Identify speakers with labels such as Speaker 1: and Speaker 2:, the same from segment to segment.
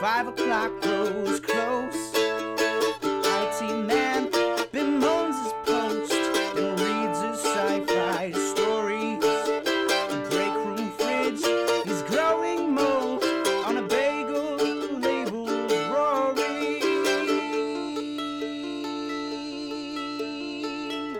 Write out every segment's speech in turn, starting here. Speaker 1: Five o'clock grows close. IT man bemoans his post and reads his sci-fi stories. The break room fridge is growing mold on a bagel labeled Rory.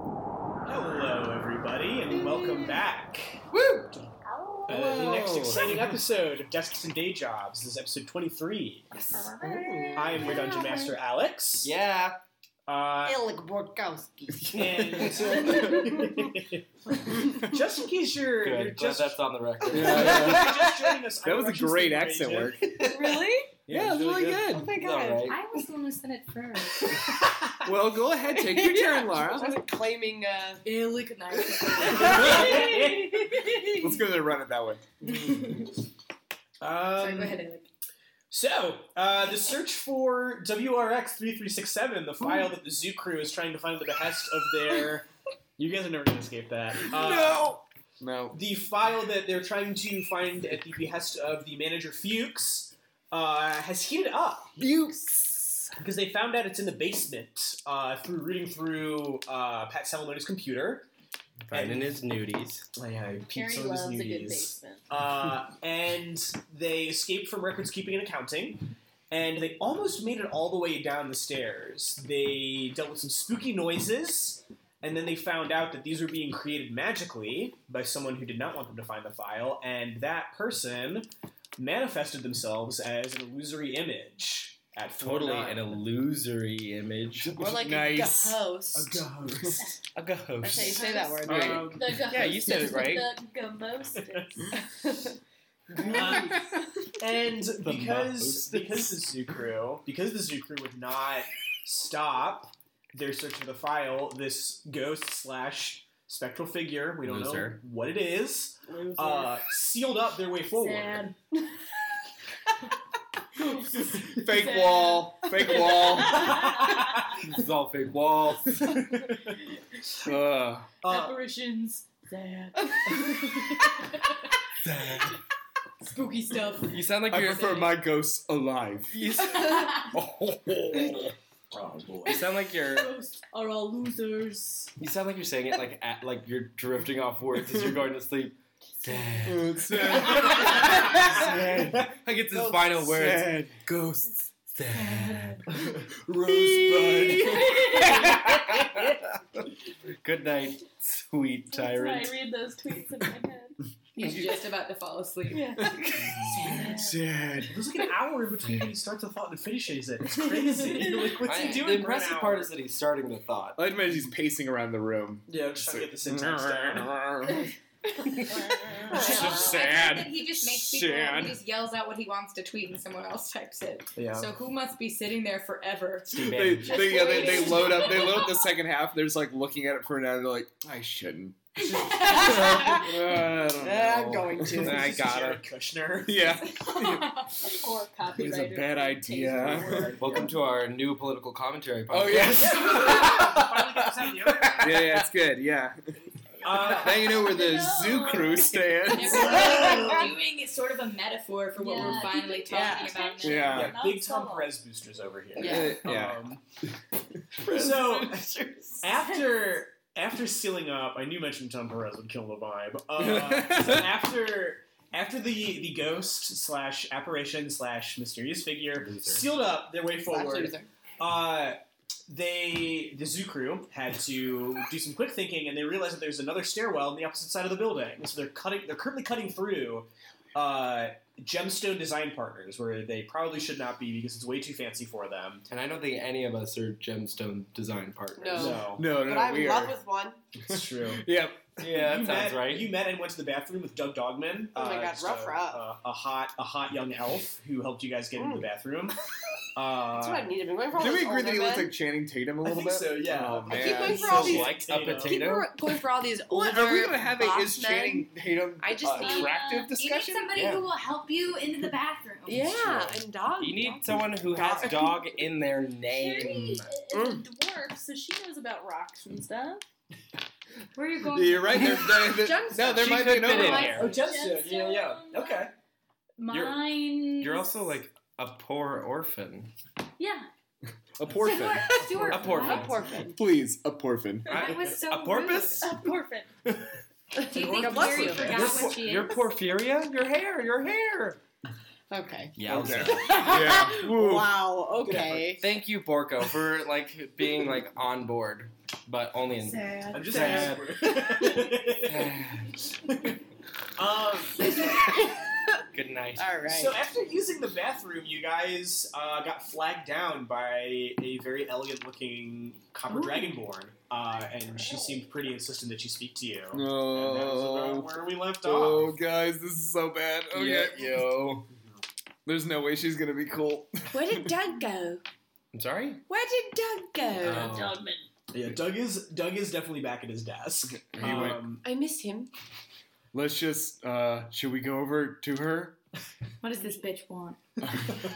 Speaker 2: Hello, everybody, and welcome back
Speaker 3: Woo!
Speaker 2: uh, the next
Speaker 3: Hello.
Speaker 2: exciting episode of Desks and Day Jobs. This is episode 23. I am your Dungeon Master, Alex.
Speaker 3: Yeah.
Speaker 2: Uh,
Speaker 4: Alec Borkowski.
Speaker 2: and just in case you're,
Speaker 5: Good.
Speaker 2: you're
Speaker 5: Glad
Speaker 2: just,
Speaker 5: that's on the record.
Speaker 2: if you're just joining us,
Speaker 6: That
Speaker 2: I'm
Speaker 6: was a
Speaker 2: Russian
Speaker 6: great
Speaker 2: Sleep
Speaker 6: accent
Speaker 2: Agent.
Speaker 6: work.
Speaker 4: really?
Speaker 6: Yeah, it was really good.
Speaker 4: Oh my
Speaker 5: It's all
Speaker 4: god.
Speaker 5: right.
Speaker 7: I was the one who said it first.
Speaker 6: Well, go ahead, take your turn,
Speaker 3: I
Speaker 6: Laura.
Speaker 3: wasn't claiming. Uh,
Speaker 7: Alec nice.
Speaker 6: Let's go ahead and run it that way.
Speaker 7: Sorry, go
Speaker 2: Um,
Speaker 7: ahead, Alec.
Speaker 2: So, uh, the search for WRX 3367, the file that the zoo crew is trying to find at the behest of their. You guys are never going to escape that. Uh,
Speaker 6: No.
Speaker 2: The file that they're trying to find at the behest of the manager Fuchs uh, has heated up
Speaker 6: Bukes.
Speaker 2: because they found out it's in the basement uh, through reading through uh, Pat Salamone's computer.
Speaker 5: Finding his nudies.
Speaker 2: Yeah,
Speaker 4: Carrie loves a good basement.
Speaker 2: uh, and they escaped from records keeping and accounting. And they almost made it all the way down the stairs. They dealt with some spooky noises, and then they found out that these were being created magically by someone who did not want them to find the file, and that person manifested themselves as an illusory image at floor
Speaker 5: Totally
Speaker 2: nine.
Speaker 5: an illusory image.
Speaker 4: More like
Speaker 6: Nice.
Speaker 4: a
Speaker 2: a
Speaker 4: ghost.
Speaker 2: ghost.
Speaker 5: A
Speaker 4: That's how you
Speaker 5: ghost.
Speaker 4: say that word,
Speaker 6: Alright.
Speaker 4: right?
Speaker 7: The
Speaker 5: Yeah, you said it right.
Speaker 7: The gamostas.
Speaker 2: Um, And
Speaker 5: The
Speaker 2: because
Speaker 5: most.
Speaker 2: because the zoo crew because the zoo crew would not stop their search for the file, this ghost slash spectral figure, we don't
Speaker 5: Loser.
Speaker 2: know what it is, uh, sealed up their way forward.
Speaker 7: Sad.
Speaker 6: Fake
Speaker 7: Sad.
Speaker 6: wall. Fake wall.
Speaker 2: Uh,
Speaker 6: this is all fake walls. Uh, Ugh.
Speaker 2: Uh,
Speaker 7: Apparitions. Sad. Spooky stuff.
Speaker 5: You sound like
Speaker 6: I
Speaker 5: you're.
Speaker 6: prefer my ghosts alive.
Speaker 5: You s-
Speaker 2: oh boy.
Speaker 5: you sound like you're.
Speaker 7: Ghosts are all losers.
Speaker 5: You sound like you're saying it like at, like you're drifting off words as you're going to sleep. Sad.
Speaker 6: Sad.
Speaker 5: I get this final words.
Speaker 6: Sad.
Speaker 5: Ghosts. Sad.
Speaker 6: Rosebud.
Speaker 5: Good night, sweet tyrant.
Speaker 7: That's why I read those tweets in my head.
Speaker 3: He's
Speaker 7: just about to fall asleep.
Speaker 6: Sad.
Speaker 2: There's like an hour in between when he starts the thought and finishes it. It's crazy. like, what's
Speaker 5: I-
Speaker 2: he doing?
Speaker 5: the
Speaker 2: for an
Speaker 5: impressive part
Speaker 2: hour?
Speaker 5: is that he's starting the thought.
Speaker 6: I imagine he's pacing around the room.
Speaker 2: yeah, I'm just trying to get the syntax down.
Speaker 7: It's
Speaker 6: just
Speaker 7: I think
Speaker 6: sad.
Speaker 7: that he just makes people.
Speaker 6: Sad.
Speaker 7: He just yells out what he wants to tweet, and someone else types it.
Speaker 2: Yeah.
Speaker 7: So who must be sitting there forever?
Speaker 5: Steve
Speaker 6: They,
Speaker 5: Bannon.
Speaker 6: they, yeah, they, they load up. They load up the second half. They're just like looking at it for an hour. They're like, I shouldn't.
Speaker 7: of
Speaker 6: Uh, I don't
Speaker 3: Yeah, Ah, I'm
Speaker 6: know.
Speaker 3: going to.
Speaker 6: I
Speaker 2: This is
Speaker 6: got
Speaker 2: Jared
Speaker 6: it.
Speaker 2: Kushner.
Speaker 6: Yeah.
Speaker 7: course, copyrighted.
Speaker 6: It was a bad idea.
Speaker 5: Welcome to our new political commentary.
Speaker 6: Oh
Speaker 5: podcast.
Speaker 6: yes.
Speaker 2: Finally got
Speaker 6: yeah,
Speaker 2: something the other way.
Speaker 6: yeah, it's good. Yeah.
Speaker 2: Uh,
Speaker 6: Now you know where the zoo crew stands.
Speaker 3: Everyone-
Speaker 7: doing is sort of a metaphor for what
Speaker 4: Yeah.
Speaker 7: we're finally
Speaker 3: Yeah.
Speaker 7: talking about.
Speaker 6: Yeah.
Speaker 7: Now.
Speaker 2: yeah,
Speaker 4: Not
Speaker 2: big Tom
Speaker 4: so.
Speaker 2: Perez boosters over here.
Speaker 3: Yeah.
Speaker 6: Yeah.
Speaker 2: Um, so after after sealing up, I knew mentioning Tom Perez would kill the vibe. Uh, so after after the the ghost slash apparition slash mysterious figure
Speaker 5: Loser.
Speaker 2: sealed up their way forward,
Speaker 3: Loser.
Speaker 2: uh, they the zoo crew had to do some quick thinking, and they realized that there's another stairwell on the opposite side of the building. So they're cutting they're currently cutting through. Uh, Gemstone Design Partners, where they probably should not be because it's way too fancy for them.
Speaker 1: And I don't think any of us are gemstone design partners.
Speaker 4: No.
Speaker 2: So
Speaker 6: No, no,
Speaker 4: But
Speaker 6: no.
Speaker 4: I'm
Speaker 6: we
Speaker 4: in love
Speaker 6: are.
Speaker 4: with one.
Speaker 2: it's true.
Speaker 6: yeah,
Speaker 1: Yeah,
Speaker 2: you
Speaker 1: that sounds
Speaker 2: met,
Speaker 1: right.
Speaker 2: You met and went to the bathroom with Doug Dogman.
Speaker 4: Oh my
Speaker 2: uh,
Speaker 4: God,
Speaker 2: just
Speaker 4: rough,
Speaker 2: a,
Speaker 4: rough.
Speaker 2: Uh, a hot, a hot young elf who helped you guys get into the bathroom. Uh,
Speaker 4: That's what I need. I've been going for all
Speaker 6: Did we
Speaker 4: these
Speaker 6: agree that he
Speaker 4: older
Speaker 6: looks
Speaker 4: men.
Speaker 6: like Channing Tatum a
Speaker 2: I
Speaker 6: little
Speaker 2: think
Speaker 6: bit?
Speaker 2: so, yeah.
Speaker 6: Oh
Speaker 4: I
Speaker 6: man.
Speaker 4: keep going for all these-
Speaker 1: like a
Speaker 8: People
Speaker 1: potato.
Speaker 8: are going for all these older.
Speaker 6: What, are we gonna have a
Speaker 8: boss
Speaker 6: is Channing Tatum
Speaker 8: I just
Speaker 7: Um,
Speaker 6: uh,
Speaker 8: need-
Speaker 6: attractive
Speaker 9: You
Speaker 6: discussion?
Speaker 9: need somebody
Speaker 1: Yeah.
Speaker 9: who will help you into the bathroom.
Speaker 8: men? Yeah, and dog.
Speaker 1: You need
Speaker 8: dog-
Speaker 1: someone who has dog in their name.
Speaker 7: Carrie is a
Speaker 2: Mm.
Speaker 7: dwarf, so she knows about rocks and stuff.
Speaker 9: Where are you going?
Speaker 6: You're right. There, there, there-
Speaker 8: Jump
Speaker 6: no, there
Speaker 1: She
Speaker 6: might be
Speaker 1: could
Speaker 6: an
Speaker 1: fit in
Speaker 6: overlap.
Speaker 1: here.
Speaker 2: Oh, Gemstone.
Speaker 7: Gemstone.
Speaker 2: Yeah, yeah. Okay.
Speaker 1: You're-
Speaker 7: Mine.
Speaker 1: You're also like a poor orphan.
Speaker 7: Yeah.
Speaker 6: A porphin.
Speaker 9: Stuart,
Speaker 1: A porphin.
Speaker 8: A porphin.
Speaker 6: Please, a porphin.
Speaker 9: That was so
Speaker 1: a porpoise?
Speaker 7: A porphin.
Speaker 9: Do you think
Speaker 8: God bless
Speaker 9: Carrie
Speaker 8: you.
Speaker 9: forgot
Speaker 1: You're,
Speaker 9: what she is?
Speaker 1: you're porphyria? Your hair, your hair.
Speaker 4: Okay.
Speaker 1: Yeah.
Speaker 6: Okay.
Speaker 1: Yeah.
Speaker 6: Woo.
Speaker 4: Wow. Okay.
Speaker 1: Thank you, Borko, for like being like on board, but only in.
Speaker 7: Sad.
Speaker 2: I'm just
Speaker 1: Sad.
Speaker 2: um,
Speaker 1: Good night.
Speaker 4: All right.
Speaker 2: So after using the bathroom, you guys uh, got flagged down by a very elegant-looking copper dragonborn, uh, and she seemed pretty insistent that she speak to you. And that was about
Speaker 6: No.
Speaker 2: where we left
Speaker 6: Oh,
Speaker 2: off.
Speaker 6: guys, this is so bad. Okay.
Speaker 1: Yeah.
Speaker 6: Yo. There's no way she's gonna be cool.
Speaker 8: Where did Doug go?
Speaker 1: I'm sorry.
Speaker 8: Where did Doug go?
Speaker 1: Oh.
Speaker 7: Dogman.
Speaker 2: Yeah, Doug is Doug is definitely back at his desk.
Speaker 6: He went,
Speaker 2: Um,
Speaker 8: I miss him.
Speaker 6: Let's just. uh Should we go over to her?
Speaker 9: What does this bitch want?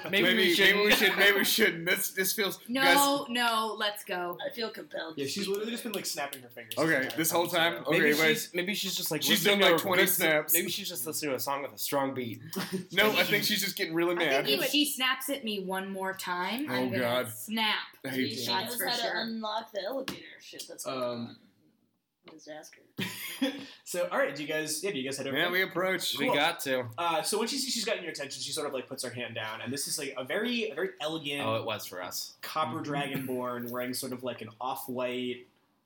Speaker 1: Maybe we
Speaker 6: maybe,
Speaker 1: shouldn't.
Speaker 6: we should. Maybe we shouldn't. This this feels.
Speaker 9: No,
Speaker 6: guys,
Speaker 9: no, let's go.
Speaker 7: I feel compelled. to
Speaker 2: yeah, she's
Speaker 7: speak.
Speaker 2: literally just been like snapping her fingers.
Speaker 6: Okay, this whole
Speaker 2: so-
Speaker 6: time?
Speaker 1: Maybe
Speaker 6: Okay, wait.
Speaker 1: she's maybe she's just like
Speaker 6: She's
Speaker 1: listening
Speaker 6: done,
Speaker 1: to
Speaker 6: like,
Speaker 1: a
Speaker 6: 20
Speaker 1: recent-
Speaker 6: snaps.
Speaker 1: Maybe she's just listening to a song with a strong beat.
Speaker 6: no, I think she's just getting really
Speaker 8: I think
Speaker 6: mad.
Speaker 8: he
Speaker 9: If
Speaker 8: would-
Speaker 9: she snaps at me one more time,
Speaker 6: Oh,
Speaker 9: I'm gonna
Speaker 6: God.
Speaker 9: snap.
Speaker 6: I
Speaker 7: She,
Speaker 6: hate
Speaker 7: she
Speaker 6: you.
Speaker 4: That's
Speaker 7: knows
Speaker 4: for
Speaker 7: how
Speaker 4: sure.
Speaker 7: to unlock the elevator. Shit, that's going
Speaker 2: Um,
Speaker 7: on. Just ask her.
Speaker 2: so all right, do you guys? Yeah, do you guys head over?
Speaker 6: Yeah, we approach.
Speaker 1: We
Speaker 2: Cool.
Speaker 1: got to.
Speaker 2: Uh, so when she sees she's gotten your attention, she sort of like puts her hand down, and this is like a very, a very elegant
Speaker 1: Oh, it was for us.
Speaker 2: copper dragonborn wearing sort of like an off-white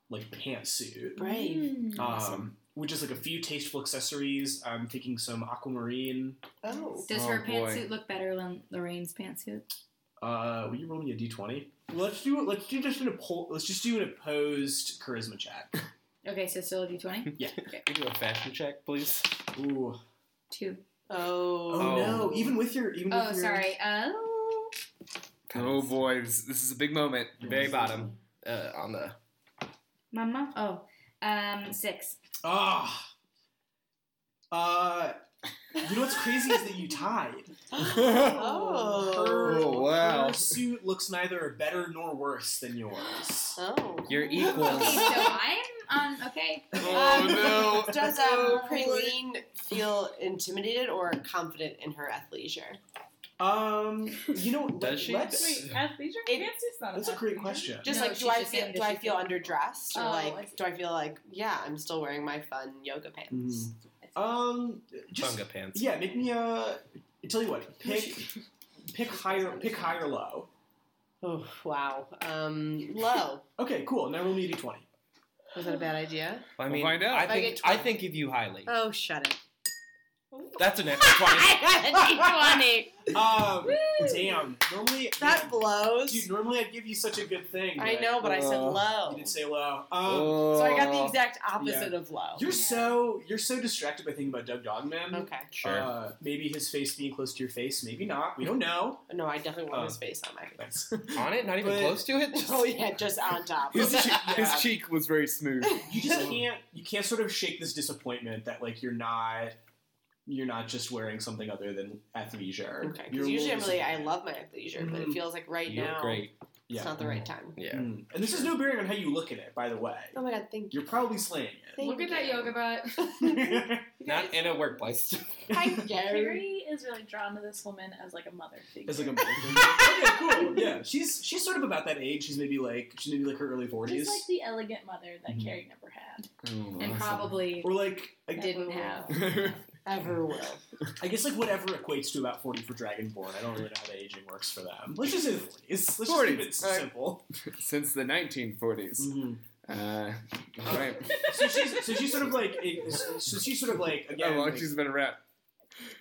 Speaker 2: like pantsuit,
Speaker 4: Brave.
Speaker 2: um, with just like a few tasteful accessories. I'm thinking some aquamarine.
Speaker 4: Oh.
Speaker 9: Does
Speaker 6: Oh,
Speaker 9: her
Speaker 6: boy.
Speaker 9: pantsuit look better than Lorraine's pantsuit?
Speaker 2: Uh, will you roll me a d20? Let's do let's do just an oppo- let's just do an opposed charisma check.
Speaker 9: Okay, so still a d20?
Speaker 1: Can we do a fashion check, please?
Speaker 6: Oh,
Speaker 2: Ooh.
Speaker 9: Two.
Speaker 4: Oh.
Speaker 2: Oh, no! Even with your even
Speaker 9: Oh,
Speaker 2: with your,
Speaker 9: sorry. Oh.
Speaker 6: Oh boy, this, this is a big moment.
Speaker 1: Very bottom. Uh, on the.
Speaker 9: Mama? Oh. Um, six.
Speaker 2: Ah. Uh, you know what's crazy is that you tied. Her,
Speaker 4: Oh.
Speaker 6: Oh, wow.
Speaker 2: her suit looks neither better nor worse than yours.
Speaker 4: Oh.
Speaker 1: You're
Speaker 9: Okay, so
Speaker 1: equals.
Speaker 9: I'm on.
Speaker 7: um,
Speaker 9: Okay.
Speaker 6: Oh no.
Speaker 4: Does um,
Speaker 6: Oh, boy.
Speaker 4: Praline feel intimidated or confident in her athleisure?
Speaker 2: Um, you know,
Speaker 1: Does she?
Speaker 2: let's-
Speaker 1: Wait,
Speaker 7: athleisure?
Speaker 4: It-
Speaker 7: not
Speaker 2: that's a great question.
Speaker 4: Just
Speaker 9: No,
Speaker 4: like,
Speaker 9: she's
Speaker 4: do I
Speaker 9: just
Speaker 4: feel
Speaker 9: saying,
Speaker 4: do
Speaker 9: does
Speaker 4: I
Speaker 9: she
Speaker 4: feel
Speaker 9: feel-
Speaker 4: underdressed or
Speaker 9: Oh, I
Speaker 4: like
Speaker 9: see.
Speaker 4: do I feel like yeah I'm still wearing my fun yoga
Speaker 1: Mm.
Speaker 4: pants?
Speaker 2: Um, just
Speaker 1: Bunga pants.
Speaker 2: yeah, make me uh. Tell you what, pick pick higher, pick high or low. Mm.
Speaker 4: Oh wow, um, low.
Speaker 2: Okay, cool. Now roll me a d20.
Speaker 4: Was that a bad idea?
Speaker 1: Well, I
Speaker 6: We'll
Speaker 1: mean,
Speaker 6: find out.
Speaker 1: I
Speaker 4: If I
Speaker 1: think
Speaker 4: get
Speaker 1: I,
Speaker 4: 20.
Speaker 1: think of you highly.
Speaker 4: Oh shut it!
Speaker 1: That's an extra twenty.
Speaker 4: I
Speaker 2: Um, damn. Normally
Speaker 4: got a That blows.
Speaker 2: Dude, normally I'd give you such a good thing.
Speaker 4: I
Speaker 2: but
Speaker 4: know, but I said
Speaker 6: Uh,
Speaker 4: low.
Speaker 2: You did say low. Um,
Speaker 6: Oh.
Speaker 4: So I got the exact opposite of low.
Speaker 2: you're so you're so distracted by thinking about Doug Dogman.
Speaker 4: Oh, Okay.
Speaker 1: Sure.
Speaker 2: Uh, maybe his face being close to your face, maybe not. We don't know.
Speaker 4: No, I definitely want
Speaker 2: Oh.
Speaker 4: his face on my face.
Speaker 2: That's-
Speaker 1: on it? Not even
Speaker 2: but-
Speaker 1: close to it?
Speaker 4: Oh yeah, just on top.
Speaker 6: his, cheek,
Speaker 2: Yeah.
Speaker 6: his cheek was very smooth.
Speaker 2: You just can't you can't sort of shake this disappointment that like you're not you're not just wearing something other than athleisure.
Speaker 4: Okay,
Speaker 2: You're
Speaker 4: because usually I'm
Speaker 2: always-
Speaker 4: really I love my athleisure, but it
Speaker 2: Mhm.
Speaker 4: feels like right
Speaker 1: You're
Speaker 4: now
Speaker 1: great.
Speaker 4: it's
Speaker 2: Yeah.
Speaker 4: not the right time.
Speaker 1: Yeah.
Speaker 2: Mm. And this is no bearing on how you look at it, by the way.
Speaker 4: Oh my god, thank you.
Speaker 2: You're probably slaying it.
Speaker 4: Thank
Speaker 9: Look at that
Speaker 4: you.
Speaker 9: yoga butt.
Speaker 1: Not in a workplace.
Speaker 4: Hi, Gary.
Speaker 7: Carrie is really drawn to this woman as like a mother figure.
Speaker 2: It's like a okay, cool. Yeah, she's she's sort of about that age. She's maybe like she's maybe like her early forties,
Speaker 7: Just like the elegant mother that
Speaker 2: Mhm.
Speaker 7: Carrie never had.
Speaker 9: And probably
Speaker 2: or like I,
Speaker 7: That
Speaker 9: didn't
Speaker 7: we will.
Speaker 9: have.
Speaker 4: Ever will.
Speaker 2: I guess like whatever equates to about forty for Dragonborn. I don't really know how the aging works for them. Let's just say the forties. Let's just
Speaker 6: 40s,
Speaker 2: keep it
Speaker 6: alright.
Speaker 2: simple.
Speaker 6: Since the 1940s. Uh, all right.
Speaker 2: so she's so she's sort of like so she's sort of like
Speaker 6: How
Speaker 2: again.
Speaker 1: Oh,
Speaker 6: long
Speaker 2: like-
Speaker 6: she's been around?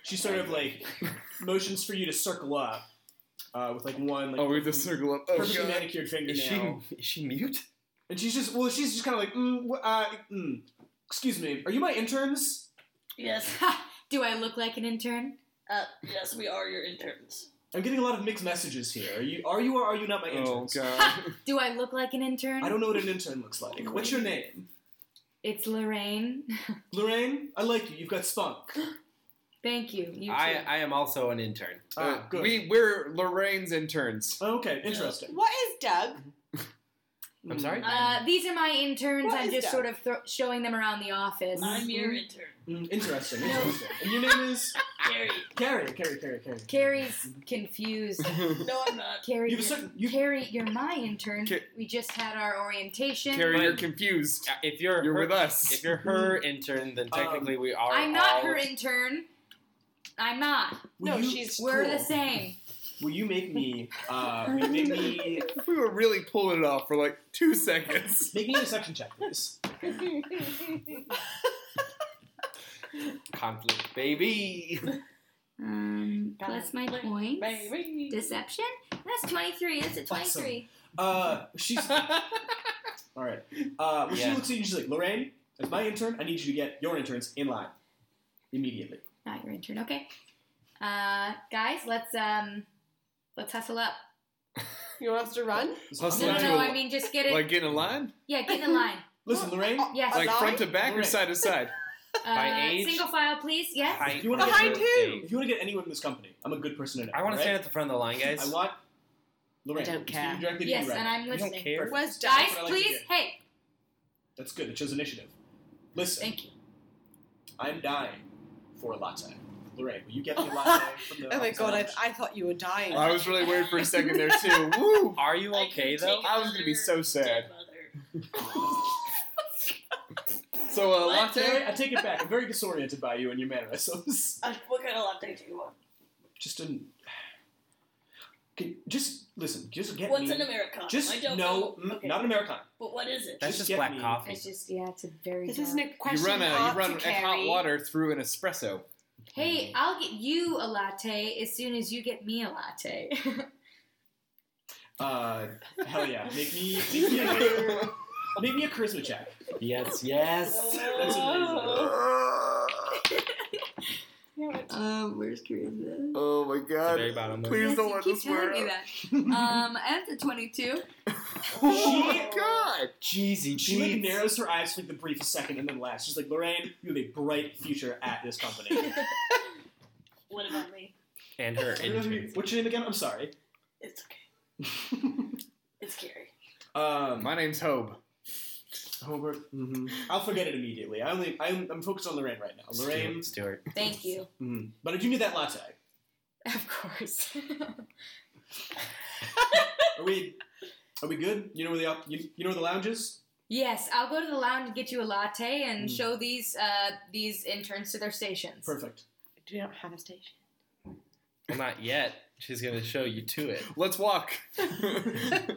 Speaker 2: She sort of like motions for you to circle up uh, with like one like
Speaker 1: Oh, we have to circle up. Oh,
Speaker 2: perfectly
Speaker 1: God.
Speaker 2: manicured fingernail,
Speaker 6: Is she is she mute?
Speaker 2: and she's just well, she's just kind of like, mm, wh- uh, mm, excuse me, are you my interns?
Speaker 7: Yes.
Speaker 9: Do I look like an intern?
Speaker 7: Uh, yes, we are your interns.
Speaker 2: I'm getting a lot of mixed messages here. Are you are you or are you not my
Speaker 1: Oh,
Speaker 2: interns?
Speaker 1: God.
Speaker 9: Do I look like an intern?
Speaker 2: I don't know what an intern looks like. What's your name?
Speaker 9: It's Lorraine.
Speaker 2: Lorraine, I like you. You've got spunk.
Speaker 9: Thank you. You too.
Speaker 6: I, I am also an intern.
Speaker 2: Ah,
Speaker 1: Uh,
Speaker 2: good.
Speaker 1: We, we're Lorraine's interns.
Speaker 2: Oh, okay, interesting.
Speaker 4: What is Doug?
Speaker 6: I'm
Speaker 2: Mm.
Speaker 6: sorry.
Speaker 9: uh, these are my interns.
Speaker 4: What
Speaker 9: I'm
Speaker 4: is
Speaker 9: just
Speaker 4: that?
Speaker 9: sort of thro- showing them around the office.
Speaker 7: I'm your intern.
Speaker 2: Mm, interesting.
Speaker 9: No.
Speaker 2: Interesting. And your name is
Speaker 7: Gary.
Speaker 2: Carrie. Carrie. Carrie. Carrie.
Speaker 9: Carrie's confused.
Speaker 7: No, I'm not.
Speaker 9: Carrie,
Speaker 2: You have a
Speaker 9: you're-
Speaker 2: certain. You,
Speaker 9: Carrie, you're my intern.
Speaker 1: Ca-
Speaker 9: we just had our orientation.
Speaker 1: Carrie, you're
Speaker 6: Fine.
Speaker 1: confused.
Speaker 6: If you're
Speaker 1: You're
Speaker 6: her,
Speaker 1: with us.
Speaker 6: if you're her intern, then technically we are.
Speaker 9: I'm not
Speaker 6: all-
Speaker 9: her intern. I'm not.
Speaker 2: will
Speaker 4: No,
Speaker 2: you-
Speaker 4: she's
Speaker 9: We're
Speaker 2: cool.
Speaker 9: the same.
Speaker 2: Will you make me? Uh, will you make me
Speaker 1: we were really pulling it off for like two seconds.
Speaker 2: make me a deception check, please.
Speaker 6: conflict, baby.
Speaker 9: Um, plus my points.
Speaker 7: Baby.
Speaker 9: Deception? That's 23. That's a 23.
Speaker 2: Uh, she's all right. Uh, when she
Speaker 6: Yeah.
Speaker 2: looks at you, she's like, Lorraine, as my intern, I need you to get your interns in line immediately.
Speaker 9: Not your intern. Okay. Uh, guys, let's um, let's hustle up.
Speaker 4: You want us to run?
Speaker 2: This-
Speaker 1: Hustle
Speaker 9: No,
Speaker 1: Let's
Speaker 9: no,
Speaker 1: do
Speaker 9: no.
Speaker 1: it.
Speaker 9: I mean, just get it.
Speaker 1: like getting a line?
Speaker 9: yeah, get in line.
Speaker 2: Listen, Lorraine,
Speaker 9: Yes.
Speaker 1: Like
Speaker 4: line?
Speaker 1: front to back or
Speaker 2: Right.
Speaker 1: side to side?
Speaker 9: uh,
Speaker 6: by age?
Speaker 9: Single file, please. Yes.
Speaker 6: I,
Speaker 2: You wanna get Behind
Speaker 6: who?
Speaker 2: if you want to get anyone in this company, I'm a good person to know.
Speaker 6: I want to
Speaker 2: to
Speaker 6: stand at the front of the line, guys.
Speaker 2: I want Lorraine.
Speaker 4: I don't
Speaker 2: it's
Speaker 4: care.
Speaker 2: you directly to
Speaker 9: Yes,
Speaker 2: you, right?
Speaker 9: and I'm
Speaker 6: I don't
Speaker 9: listening.
Speaker 6: care.
Speaker 4: Was Doug?
Speaker 9: Guys,
Speaker 2: what I like to
Speaker 9: please.
Speaker 2: hear.
Speaker 9: Hey,
Speaker 2: That's good. It shows initiative. Listen,
Speaker 9: thank you.
Speaker 2: I'm dying for a latte. Lorraine, will you get me a latte from the
Speaker 4: Oh my
Speaker 2: office
Speaker 4: god, I,
Speaker 2: lounge?
Speaker 4: I thought you were dying.
Speaker 1: I was really worried for a second there too. Woo!
Speaker 6: Are you
Speaker 7: I
Speaker 6: okay
Speaker 7: can
Speaker 6: though?
Speaker 7: take
Speaker 1: I was gonna be so sad.
Speaker 7: Dead mother.
Speaker 1: So a latte?
Speaker 2: Sorry, I take it back. I'm very disoriented by you and your mannerisms.
Speaker 7: Uh, what kind of latte do you want?
Speaker 2: Just an. Can, just listen. Just get
Speaker 7: What's
Speaker 2: me.
Speaker 7: an Americano?
Speaker 2: just
Speaker 7: I don't
Speaker 2: no,
Speaker 7: know.
Speaker 2: mm,
Speaker 7: Okay.
Speaker 2: not an Americano.
Speaker 7: But what is it?
Speaker 6: That's
Speaker 2: Just
Speaker 6: just
Speaker 2: get
Speaker 6: black
Speaker 2: me.
Speaker 6: coffee.
Speaker 9: It's just yeah, it's a very.
Speaker 4: this
Speaker 9: dark-
Speaker 4: isn't a
Speaker 1: You
Speaker 4: question.
Speaker 1: run a you
Speaker 4: hot
Speaker 1: run
Speaker 4: to
Speaker 1: a hot
Speaker 4: carry.
Speaker 1: water through an espresso.
Speaker 9: Hey, I'll get you a latte as soon as you get me a latte.
Speaker 2: Uh, hell yeah. Make me, make me, a, make me a charisma check.
Speaker 6: Yes, yes.
Speaker 2: That's
Speaker 7: Oh.
Speaker 2: amazing.
Speaker 1: Oh
Speaker 9: um, where's charisma?
Speaker 1: Oh my god.
Speaker 6: very bottom lip.
Speaker 1: Please don't let
Speaker 9: keep
Speaker 1: this
Speaker 9: telling
Speaker 1: work.
Speaker 9: me that. um, I have the 22.
Speaker 1: Oh god.
Speaker 6: Jeezy,
Speaker 2: She like
Speaker 6: jeez.
Speaker 2: narrows her eyes for the briefest second and then laughs. She's like, Lorraine, you have a bright future at this company.
Speaker 7: What about me?
Speaker 6: And her interns.
Speaker 2: What's your name again? I'm sorry.
Speaker 7: It's okay. It's Gary.
Speaker 2: Um,
Speaker 1: My mm-hmm. name's Hobe.
Speaker 2: Hobart. hmm I'll forget it immediately. I only I'm, I'm focused on Lorraine right now. Lorraine,
Speaker 6: Stuart. Stuart.
Speaker 9: Thank you.
Speaker 2: mhm. but I do need that latte.
Speaker 9: Of course.
Speaker 2: Are we are we good? You know where the op- you, you know where the lounge is.
Speaker 9: yes, I'll go to the lounge and get you a latte and
Speaker 2: Mm.
Speaker 9: show these uh, these interns to their stations.
Speaker 2: Perfect.
Speaker 4: Do you not have a station?
Speaker 6: Well, not yet. She's gonna show you to it.
Speaker 1: Let's walk.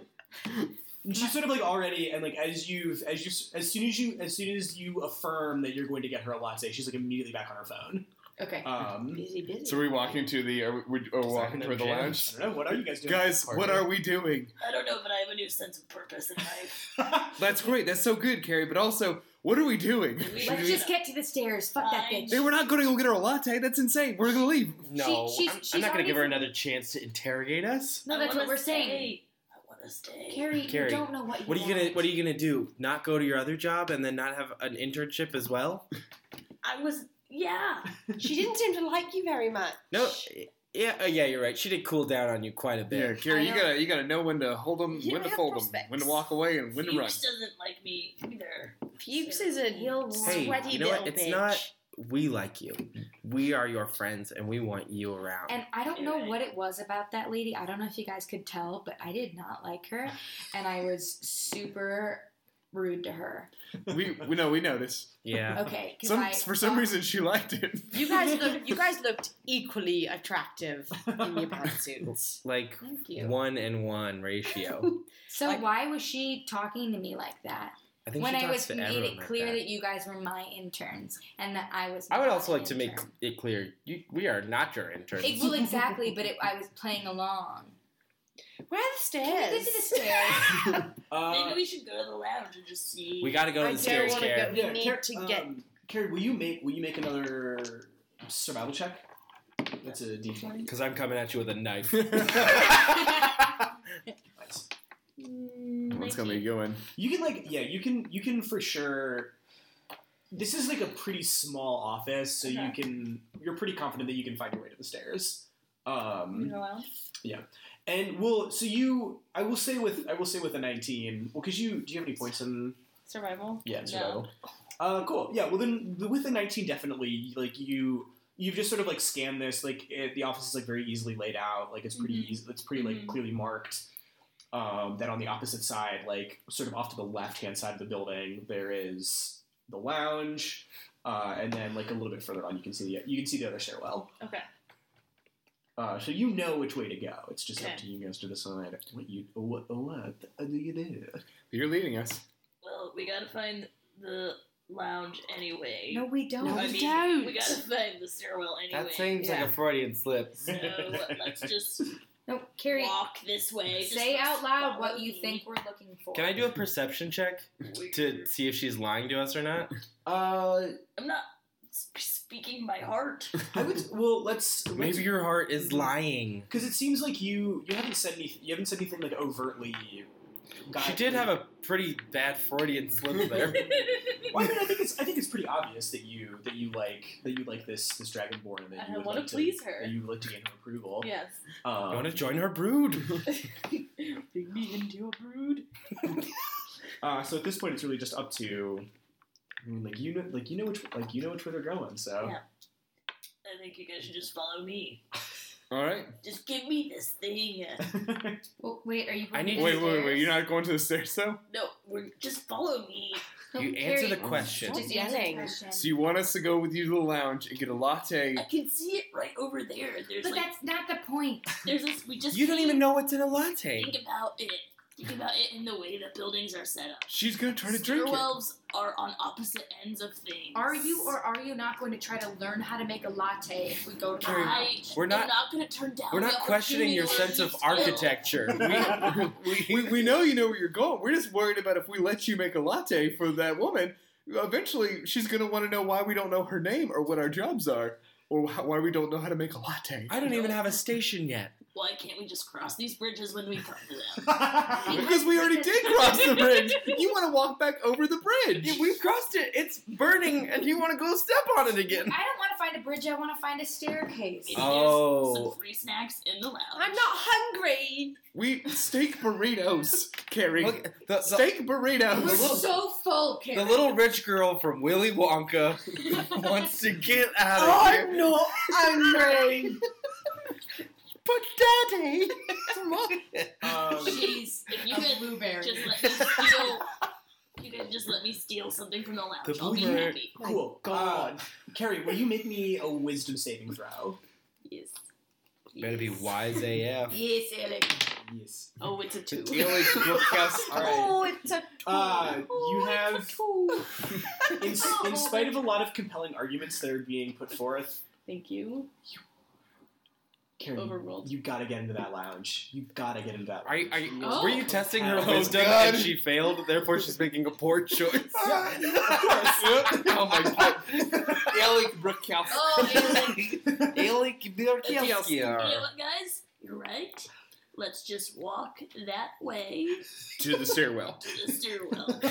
Speaker 2: And she's sort of like already and like as you've as you as soon as you as soon as you affirm that you're going to get her a latte, she's like immediately back on her phone.
Speaker 9: Okay.
Speaker 2: Um,
Speaker 4: Busy, busy.
Speaker 1: so are we walking to the are we, are we
Speaker 6: Is that
Speaker 1: walking
Speaker 6: in
Speaker 1: toward the
Speaker 6: the gym?
Speaker 2: I
Speaker 1: lounge?
Speaker 2: don't know. What are you guys doing?
Speaker 1: Guys, what are we doing?
Speaker 7: I don't know, but I have a new sense of purpose in life.
Speaker 1: That's great. That's so good, Carrie. But also, what are we doing?
Speaker 7: We
Speaker 9: Let's just get to the stairs. Fuck that
Speaker 7: Fine.
Speaker 9: bitch.
Speaker 1: Hey, we're not going to go get her a latte. That's insane. We're going to leave.
Speaker 6: No,
Speaker 9: she's-
Speaker 6: I'm, I'm
Speaker 9: she's
Speaker 6: not gonna give her
Speaker 9: already-
Speaker 6: another chance to interrogate us.
Speaker 9: No,
Speaker 7: I
Speaker 9: that's
Speaker 7: wanna
Speaker 9: what we're
Speaker 7: stay.
Speaker 9: saying.
Speaker 7: I want to stay.
Speaker 9: Carrie,
Speaker 6: Carrie,
Speaker 9: you don't know what you
Speaker 6: What are you
Speaker 9: want.
Speaker 6: gonna What are you gonna do? Not go to your other job and then not have an internship as well?
Speaker 7: I was, yeah.
Speaker 4: She didn't seem to like you very much.
Speaker 6: No. Yeah. uh, yeah. You're right. She did cool down on you quite a
Speaker 1: Yeah,
Speaker 6: bit.
Speaker 1: Carrie, you
Speaker 9: I don't-
Speaker 1: gotta you gotta know when to hold them,
Speaker 4: You
Speaker 1: when to
Speaker 4: don't have
Speaker 1: fold them,
Speaker 4: prospects.
Speaker 1: when to walk away, and when to run.
Speaker 7: Fuchs doesn't like me either.
Speaker 4: Fuchs is a
Speaker 9: You'll
Speaker 6: Hey,
Speaker 4: sweaty
Speaker 6: you know
Speaker 4: little
Speaker 6: what? It's
Speaker 4: bitch.
Speaker 6: not. We like you. We are your friends, and we want you around.
Speaker 9: And I don't know
Speaker 7: Right.
Speaker 9: what it was about that lady. I don't know if you guys could tell, but I did not like her, and I was super rude to her.
Speaker 1: we we know we noticed.
Speaker 6: yeah.
Speaker 9: Okay, 'cause
Speaker 1: Some
Speaker 9: I
Speaker 1: for some
Speaker 9: thought-
Speaker 1: reason she liked it.
Speaker 4: You guys look. You guys looked equally attractive in your pantsuits.
Speaker 6: Like
Speaker 4: Thank you.
Speaker 6: one and one ratio.
Speaker 9: So
Speaker 4: like-
Speaker 9: why was she talking to me like that?
Speaker 1: I think
Speaker 10: when
Speaker 6: she
Speaker 10: I
Speaker 6: talks
Speaker 10: was
Speaker 6: to
Speaker 10: made
Speaker 6: everyone
Speaker 10: it
Speaker 6: like
Speaker 10: clear
Speaker 6: that.
Speaker 10: that. you guys were my interns and that I was.
Speaker 6: I would
Speaker 10: not
Speaker 6: also
Speaker 10: an
Speaker 6: like to make
Speaker 10: intern.
Speaker 6: it clear you, we are not your interns.
Speaker 10: It, well, exactly, but it, I was playing along.
Speaker 4: Where are the
Speaker 10: Can
Speaker 4: stairs?
Speaker 10: we get to the stairs?
Speaker 7: Maybe
Speaker 2: Uh,
Speaker 7: we should go to the lounge and just see.
Speaker 6: we got to go
Speaker 4: I
Speaker 6: to the
Speaker 4: don't
Speaker 6: stairs,
Speaker 4: wanna
Speaker 6: Care.
Speaker 4: go- We need
Speaker 2: Car-
Speaker 4: to get-
Speaker 2: um, Carrie, will you make will you make another survival check? That's a D twenty.
Speaker 6: Because I'm coming at you with a knife.
Speaker 2: Nice.
Speaker 6: Mm,
Speaker 1: What's gonna be going?
Speaker 2: You can like yeah, you can you can for sure. This is like a pretty small office, so you can you're pretty confident that you can find your way to the stairs. Um, And we'll so you I will say with I will say with a nineteen. Well, because you do you have any points in
Speaker 9: Survival.
Speaker 2: yeah
Speaker 7: No.
Speaker 2: survival? Uh, cool. Yeah. Well, then the- with a nineteen, definitely like you you've just sort of like scanned this. Like it, the office is like very easily laid out. Like it's pretty easy. It's pretty like
Speaker 7: Mhm.
Speaker 2: clearly marked. Um, that on the opposite side, like sort of off to the left hand side of the building, there is the lounge, uh, and then like a little bit further on, you can see the you can see the other stairwell.
Speaker 9: Okay.
Speaker 2: Uh, so you know which way to go. It's just up
Speaker 7: Okay.
Speaker 2: to you guys to decide what you what what uh, do you do.
Speaker 1: You're leading us.
Speaker 7: Well, we gotta find the lounge anyway.
Speaker 4: No, we don't.
Speaker 7: I
Speaker 4: we
Speaker 7: mean,
Speaker 4: don't.
Speaker 7: We gotta find the stairwell anyway.
Speaker 1: That seems
Speaker 4: Yeah.
Speaker 1: like a Freudian slip.
Speaker 7: so let's just
Speaker 10: no, Carrie.
Speaker 7: walk this way. Just
Speaker 10: Say out loud what
Speaker 7: follow
Speaker 10: you
Speaker 7: me.
Speaker 10: think we're looking for.
Speaker 6: Can I do a perception check
Speaker 7: Weird.
Speaker 6: to see if she's lying to us or not?
Speaker 2: Uh,
Speaker 7: I'm not sp- speaking my heart.
Speaker 2: I would well let's, let's
Speaker 6: Maybe your heart is lying.
Speaker 2: because it seems like you you haven't said anything you haven't said anything like overtly. Got
Speaker 6: She did have a pretty bad Freudian slip there.
Speaker 2: Well, I mean, I think it's I think it's pretty obvious that you that you like that you like this this dragonborn and that
Speaker 9: I
Speaker 2: you would
Speaker 9: wanna
Speaker 2: like
Speaker 9: please
Speaker 2: to,
Speaker 9: her.
Speaker 2: That you would like to gain her approval.
Speaker 9: Yes.
Speaker 6: I
Speaker 2: Um,
Speaker 6: want to join her brood.
Speaker 9: Bring me into a brood.
Speaker 2: uh, so at this point, it's really just up to. I mean, like you know, like you know which like you know which way they're going. So
Speaker 7: Yeah. I think you guys should just follow me.
Speaker 1: All right.
Speaker 7: Just give me this thing.
Speaker 10: Well, wait, are you?
Speaker 6: I
Speaker 10: going
Speaker 6: need you-
Speaker 10: to the
Speaker 11: Wait, wait, wait!
Speaker 10: stairs?
Speaker 11: You're not going to the stairs though.
Speaker 7: No, we're just follow me.
Speaker 10: No,
Speaker 6: You answer the
Speaker 10: Carrie,
Speaker 6: question.
Speaker 10: Just answer the
Speaker 4: Yelling.
Speaker 10: question.
Speaker 1: So you want us to go with you to the lounge and get a latte?
Speaker 7: I can see it right over there. There's
Speaker 10: But
Speaker 7: like
Speaker 10: that's not the point.
Speaker 7: there's this. We just
Speaker 6: You don't
Speaker 7: can't
Speaker 6: even know what's in a latte.
Speaker 7: think about it. Think about it in the way that buildings are set up.
Speaker 1: She's gonna try to drink it.
Speaker 7: Stairwells are on opposite ends of things.
Speaker 10: Are you or are you not going to try to learn how to make a latte if we go to the
Speaker 6: Carrie,
Speaker 10: lounge?
Speaker 7: I,
Speaker 6: We're
Speaker 7: am
Speaker 6: not-
Speaker 7: not going to turn down.
Speaker 6: We're
Speaker 7: the
Speaker 6: not questioning your
Speaker 7: opportunity
Speaker 6: sense of
Speaker 7: to
Speaker 6: architecture.
Speaker 1: we, we, we know you know where you're going. We're just worried about if we let you make a latte for that woman, eventually she's going to want to know why we don't know her name or what our jobs are or wh- why we don't know how to make a latte.
Speaker 6: I don't even have a station yet.
Speaker 7: Why can't we just cross these bridges when we come to them?
Speaker 1: Because we already did cross the bridge. You want to walk back over the bridge.
Speaker 6: we've crossed it. It's burning, and you want to go step on it
Speaker 10: I
Speaker 6: again.
Speaker 10: don't want to find a bridge. I want to find a staircase.
Speaker 7: Maybe
Speaker 6: Oh.
Speaker 7: there's some free snacks in the lounge.
Speaker 4: I'm not hungry.
Speaker 1: We steak burritos, Carrie.
Speaker 6: Look, the, the,
Speaker 1: steak burritos.
Speaker 10: We're
Speaker 6: little-
Speaker 10: so full, Carrie.
Speaker 6: the little rich girl from Willy Wonka wants to get out of
Speaker 1: Oh,
Speaker 6: here.
Speaker 2: I'm not angry.
Speaker 1: but daddy.
Speaker 2: um,
Speaker 10: She's
Speaker 7: If you
Speaker 10: a
Speaker 7: could
Speaker 10: blueberry.
Speaker 7: just let me steal, you could just let me steal something from the lounge.
Speaker 6: The
Speaker 7: I'll be
Speaker 6: blueberry-
Speaker 7: happy.
Speaker 9: Oh
Speaker 2: cool. God, Carrie, will you make me a wisdom saving throw?
Speaker 7: Yes.
Speaker 6: Better be wise AF.
Speaker 10: yes, Alex.
Speaker 2: Yes.
Speaker 7: Oh, it's a two.
Speaker 2: All right.
Speaker 4: Oh, it's a
Speaker 2: Uh,
Speaker 4: Oh,
Speaker 2: you
Speaker 4: it's a
Speaker 2: have
Speaker 4: tool.
Speaker 2: in, in spite of a lot of compelling arguments that are being put forth,
Speaker 9: Thank you.
Speaker 6: Hmm.
Speaker 2: Karen,
Speaker 9: Overruled.
Speaker 2: you gotta get into that lounge. You gotta get into that
Speaker 6: Are,
Speaker 2: lounge.
Speaker 6: you- are you,
Speaker 10: Oh.
Speaker 6: Were you testing her
Speaker 2: Oh,
Speaker 6: wisdom
Speaker 1: God.
Speaker 6: and she failed, therefore she's making a poor choice?
Speaker 1: oh my god. Alec Brookhouse.
Speaker 10: Oh, Alex.
Speaker 7: You know what, guys? You're right. Let's just walk that way
Speaker 1: To the stairwell.
Speaker 7: to the stairwell.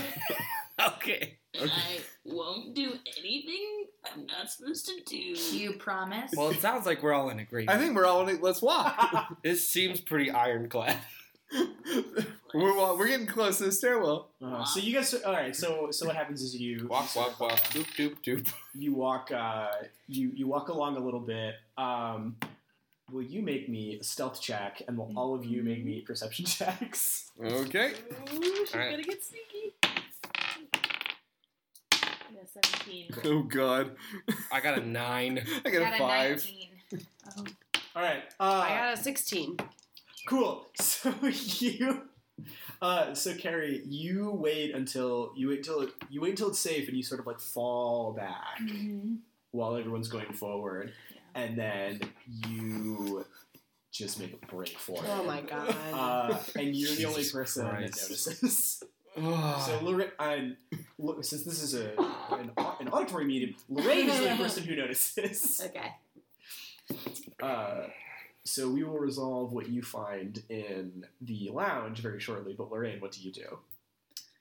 Speaker 6: Okay.
Speaker 7: And I won't do anything I'm not supposed to do.
Speaker 10: you promise?
Speaker 6: Well, it sounds like we're all in
Speaker 1: I
Speaker 6: agreement.
Speaker 1: think we're all in it. Let's walk.
Speaker 6: this seems pretty ironclad.
Speaker 1: We're wa- we're getting close to the stairwell.
Speaker 2: Uh, so you guys, all right. So so what happens is you
Speaker 6: Walk, walk, walk. Doop, doop, doop.
Speaker 2: you walk uh, you you walk along a little bit. Um, will you make me a stealth check, and will all of you make me perception checks?
Speaker 1: Okay.
Speaker 9: Ooh, she's
Speaker 6: Alright.
Speaker 9: gonna get sneaky. And a 17.
Speaker 1: Oh god.
Speaker 6: I got a nine.
Speaker 1: I got,
Speaker 10: Got
Speaker 1: a
Speaker 10: a Oh,
Speaker 1: five.
Speaker 10: 19.
Speaker 2: All right.
Speaker 4: I
Speaker 2: Uh,
Speaker 4: got a 16.
Speaker 2: cool. So you Uh, so Carrie, you wait until you wait until it, you wait until it's safe, and you sort of like fall back
Speaker 9: Mm-hmm.
Speaker 10: mm-hmm.
Speaker 2: while everyone's going forward, and then you just make a break for it.
Speaker 4: Oh my god.
Speaker 2: Uh, and you're the only
Speaker 11: Jesus
Speaker 2: person that
Speaker 11: Christ. Ah.
Speaker 2: notices.
Speaker 1: Ah.
Speaker 2: so Lorraine, I'm, Lo- since this is a an, au- an auditory medium, Lorraine is the person who notices.
Speaker 10: Okay.
Speaker 2: Uh, so we will resolve what you find in the lounge very shortly. But Lorraine, what do you do?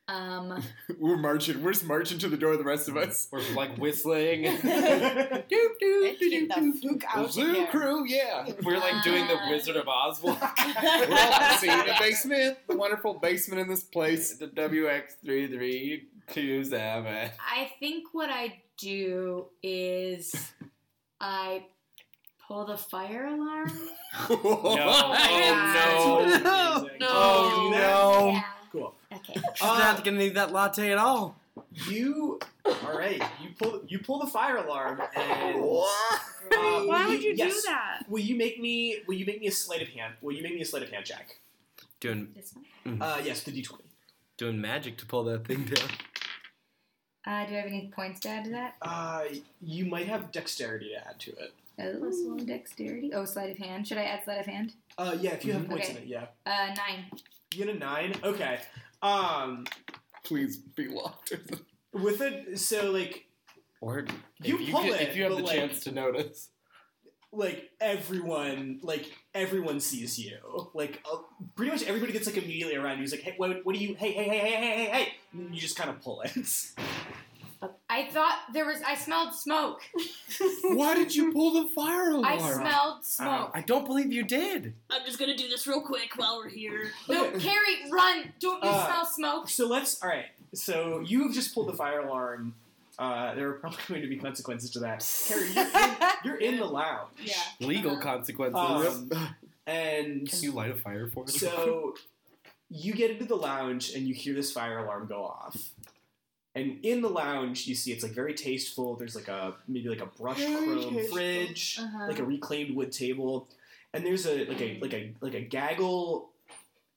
Speaker 10: Um,
Speaker 1: We're marching. We're just marching to the door. The rest of us.
Speaker 6: We're like whistling.
Speaker 1: Doop, doop,
Speaker 4: Get the
Speaker 1: doop, doop.
Speaker 4: fuck
Speaker 1: The
Speaker 4: out of
Speaker 1: Zoo
Speaker 4: here.
Speaker 1: crew, yeah.
Speaker 6: We're like doing the Wizard of Oz walk.
Speaker 1: We're all seeing the basement, the wonderful basement in this place.
Speaker 6: the WX3327.
Speaker 10: I think what I do is I pull the fire alarm.
Speaker 6: No. Oh, no.
Speaker 2: no!
Speaker 4: No.
Speaker 6: Oh, no.
Speaker 10: Yeah.
Speaker 2: Cool. Uh,
Speaker 10: Okay.
Speaker 6: She's not going to need that latte at all.
Speaker 2: You all right? You pull you pull the fire alarm and
Speaker 10: Great.
Speaker 2: Why
Speaker 9: Why
Speaker 2: would
Speaker 9: would you
Speaker 2: yes.
Speaker 9: do that?
Speaker 2: will you make me will you make me a sleight of hand? Will you make me a sleight of hand check?
Speaker 6: Doing
Speaker 10: This one.
Speaker 2: Uh, yes, the d twenty.
Speaker 6: doing magic to pull that thing down.
Speaker 10: Uh, do I have any points to add to that?
Speaker 2: Uh, you might have dexterity to add to it.
Speaker 10: Oh, plus one dexterity. Oh, sleight of hand. Should I add sleight of hand?
Speaker 2: Uh, yeah, if you have
Speaker 10: Mhm.
Speaker 2: points
Speaker 10: Okay.
Speaker 2: in it, yeah.
Speaker 10: Uh, nine.
Speaker 2: You had a nine. Okay. Um,
Speaker 1: Please be locked.
Speaker 2: with it, so like
Speaker 6: Or
Speaker 2: You
Speaker 6: if you,
Speaker 2: pull
Speaker 6: could-
Speaker 2: it,
Speaker 6: if you have
Speaker 2: but,
Speaker 6: the
Speaker 2: like-
Speaker 6: chance to notice.
Speaker 2: like everyone like everyone sees you like uh, pretty much everybody gets like immediately around you. He's like hey what, what do you hey hey hey hey hey hey hey and then you just kind of pull it
Speaker 10: I thought there was. I smelled smoke.
Speaker 1: Why did you pull the fire alarm?
Speaker 10: I smelled smoke.
Speaker 6: I don't believe you did.
Speaker 7: I'm just gonna do this real quick while we're here.
Speaker 10: No, Carrie, run! Don't you
Speaker 2: Uh,
Speaker 10: smell smoke?
Speaker 2: so let's all right so you've just pulled the fire alarm uh, there are probably going to be consequences to that Carrie you're in, you're in the lounge
Speaker 9: Yeah.
Speaker 6: Legal consequences.
Speaker 2: Uh-huh. um, and
Speaker 6: Can you light a fire for us?
Speaker 2: So you get into the lounge and you hear this fire alarm go off. And in the lounge, you see it's like very tasteful. There's like a maybe like a brushed
Speaker 1: Very
Speaker 2: chrome
Speaker 1: tasteful.
Speaker 2: fridge,
Speaker 10: Uh-huh.
Speaker 2: like a reclaimed wood table, and there's a like a like a like a gaggle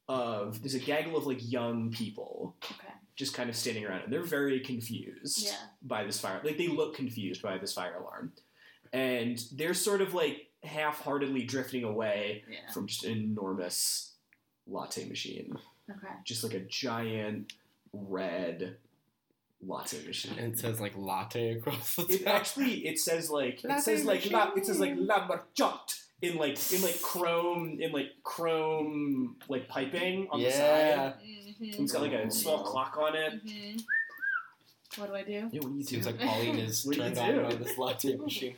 Speaker 2: of there's a gaggle of like young people
Speaker 10: Okay.
Speaker 2: just kind of standing around, and they're very confused
Speaker 7: Yeah.
Speaker 2: by this fire. Like they look confused by this fire alarm, and they're sort of like half-heartedly drifting away
Speaker 7: Yeah.
Speaker 2: from just an enormous latte machine.
Speaker 10: Okay.
Speaker 2: Just like a giant red latte machine.
Speaker 6: and it says like latte across the
Speaker 2: It
Speaker 6: top.
Speaker 2: actually it says like it
Speaker 1: Latte
Speaker 2: says like la, it says like
Speaker 1: machine.
Speaker 2: la marchotte in like in like chrome in like chrome like piping on the
Speaker 6: yeah.
Speaker 2: side. It's got like a small clock on it.
Speaker 10: Mm-hmm.
Speaker 9: What do I do?
Speaker 2: Yeah, what do you
Speaker 6: Seems
Speaker 2: do?
Speaker 6: like Pauline is
Speaker 2: What do you
Speaker 6: turned on
Speaker 2: do?
Speaker 6: by this latte machine.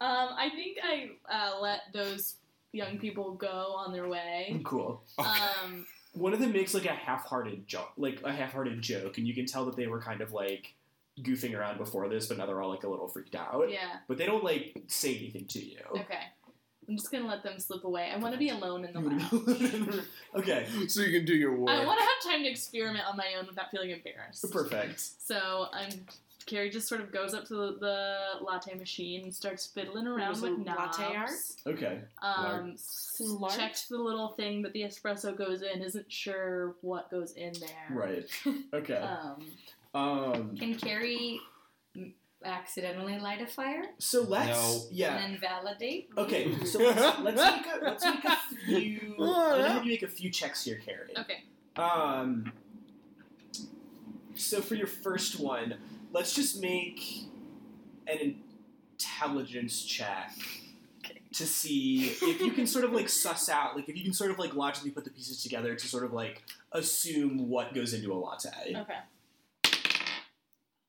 Speaker 9: Um, I think I uh, let those young people go on their way.
Speaker 2: cool.
Speaker 9: Um,
Speaker 2: One of them makes like a half-hearted joke, like a half-hearted joke, and you can tell that they were kind of like goofing around before this, but now they're all like a little freaked out.
Speaker 9: yeah.
Speaker 2: But they don't like say anything to you.
Speaker 9: Okay. I'm just gonna let them slip away. I want to be alone in the
Speaker 2: You
Speaker 9: lab.
Speaker 2: would- okay,
Speaker 1: so you can do your work.
Speaker 9: I want to have time to experiment on my own without feeling embarrassed.
Speaker 2: perfect.
Speaker 9: So I'm. Carrie just sort of goes up to the, the latte machine and starts fiddling around
Speaker 4: Some
Speaker 9: with knobs.
Speaker 4: latte
Speaker 2: Okay,
Speaker 9: Um,
Speaker 4: Some lard?
Speaker 9: checked the little thing that the espresso goes in. Isn't sure what goes in there.
Speaker 2: right. Okay.
Speaker 9: Um,
Speaker 2: Um.
Speaker 10: Uh, Can Carrie m- accidentally light a fire
Speaker 2: So let's.
Speaker 6: No.
Speaker 2: Yeah.
Speaker 10: and then validate?
Speaker 2: Okay. So let's let's make a, let's make a few. I'm gonna have you make a few checks here, Carrie.
Speaker 9: okay.
Speaker 2: Um. So for your first one, let's just make an intelligence check to see if you can sort of like suss out, like if you can sort of like logically put the pieces together to sort of like assume what goes into a latte.
Speaker 9: Okay.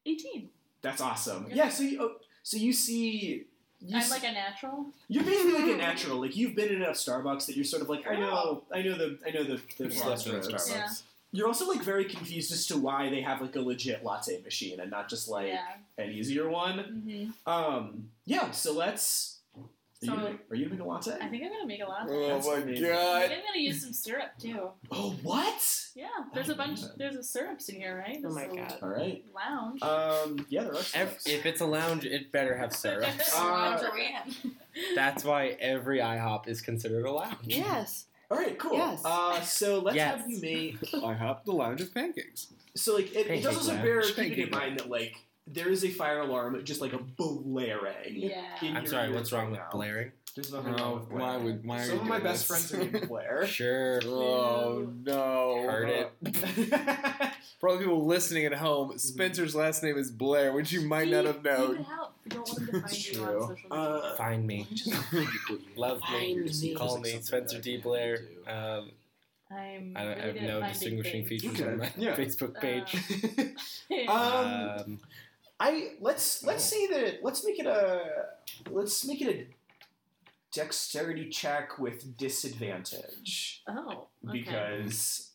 Speaker 9: 18.
Speaker 2: That's awesome.
Speaker 9: Yeah.
Speaker 2: Yeah. So you oh, so you see. You
Speaker 9: I'm
Speaker 2: s-
Speaker 9: like a natural.
Speaker 2: you're basically
Speaker 9: Mm-hmm.
Speaker 2: like a natural. Like you've been in enough Starbucks that you're sort of like I know I know the I know the, the
Speaker 6: Just left it at
Speaker 2: crossroads.
Speaker 6: Starbucks.
Speaker 9: Oh. Yeah.
Speaker 2: You're also like very confused as to why they have like a legit latte machine and not just like
Speaker 9: yeah.
Speaker 2: an easier one.
Speaker 9: hmm
Speaker 2: Um. Yeah. So let's. Are, you,
Speaker 9: So-
Speaker 2: gonna make- are you gonna make a latte?
Speaker 9: I think I'm gonna make a latte.
Speaker 1: Oh
Speaker 2: That's
Speaker 1: my
Speaker 2: amazing.
Speaker 9: I
Speaker 1: god.
Speaker 9: think I'm gonna use some syrup too.
Speaker 2: Oh what?
Speaker 9: Yeah, there's a bunch.
Speaker 2: Oh, Yeah.
Speaker 9: There's a syrups in here, right?
Speaker 4: Oh my
Speaker 9: This little
Speaker 4: god.
Speaker 2: All right.
Speaker 9: Lounge.
Speaker 2: Um. Yeah. There are.
Speaker 6: Ev-
Speaker 2: snacks.
Speaker 6: if it's a lounge, it better have syrup.
Speaker 2: Uh,
Speaker 9: Lounge around.
Speaker 6: That's why every IHOP is considered a lounge.
Speaker 4: Yes.
Speaker 2: All right, cool.
Speaker 4: Yes.
Speaker 2: Uh, so let's
Speaker 6: Yes.
Speaker 2: have you make.
Speaker 1: I have the lounge of pancakes.
Speaker 2: So like, it, it
Speaker 6: Pancake
Speaker 2: does also
Speaker 6: lounge.
Speaker 2: bear keeping in
Speaker 1: Pancake
Speaker 2: mind that like there is a fire alarm, just like a blaring.
Speaker 7: Yeah.
Speaker 2: in
Speaker 6: I'm
Speaker 2: your
Speaker 6: sorry,
Speaker 2: ear
Speaker 6: what's wrong with
Speaker 2: now.
Speaker 6: blaring? Oh,
Speaker 2: There's nothing wrong with blaring.
Speaker 1: why would why are
Speaker 2: Some
Speaker 1: you
Speaker 2: of my
Speaker 1: doing
Speaker 2: best
Speaker 1: this?
Speaker 2: friends are named Blair.
Speaker 6: Sure.
Speaker 1: Oh no!
Speaker 6: Heard it.
Speaker 1: For all the people listening at home, Spencer's last name is Blair, which you might not have
Speaker 7: You
Speaker 1: known.
Speaker 7: can help. You don't want him to find
Speaker 1: It's
Speaker 7: you
Speaker 1: true.
Speaker 7: on social media.
Speaker 2: uh,
Speaker 6: Find me. Love
Speaker 4: Find
Speaker 6: me.
Speaker 4: me.
Speaker 6: Call me Spencer D. Blair. Um,
Speaker 9: I'm
Speaker 6: I, don't, I
Speaker 9: really
Speaker 6: have
Speaker 9: good at
Speaker 6: no
Speaker 9: finding
Speaker 6: distinguishing
Speaker 9: things.
Speaker 6: features on my
Speaker 2: Yeah.
Speaker 6: Facebook page.
Speaker 9: Uh,
Speaker 2: um,
Speaker 6: um,
Speaker 2: I let's let's
Speaker 1: Oh.
Speaker 2: say that let's make it a let's make it a dexterity check with disadvantage
Speaker 9: oh, okay.
Speaker 2: because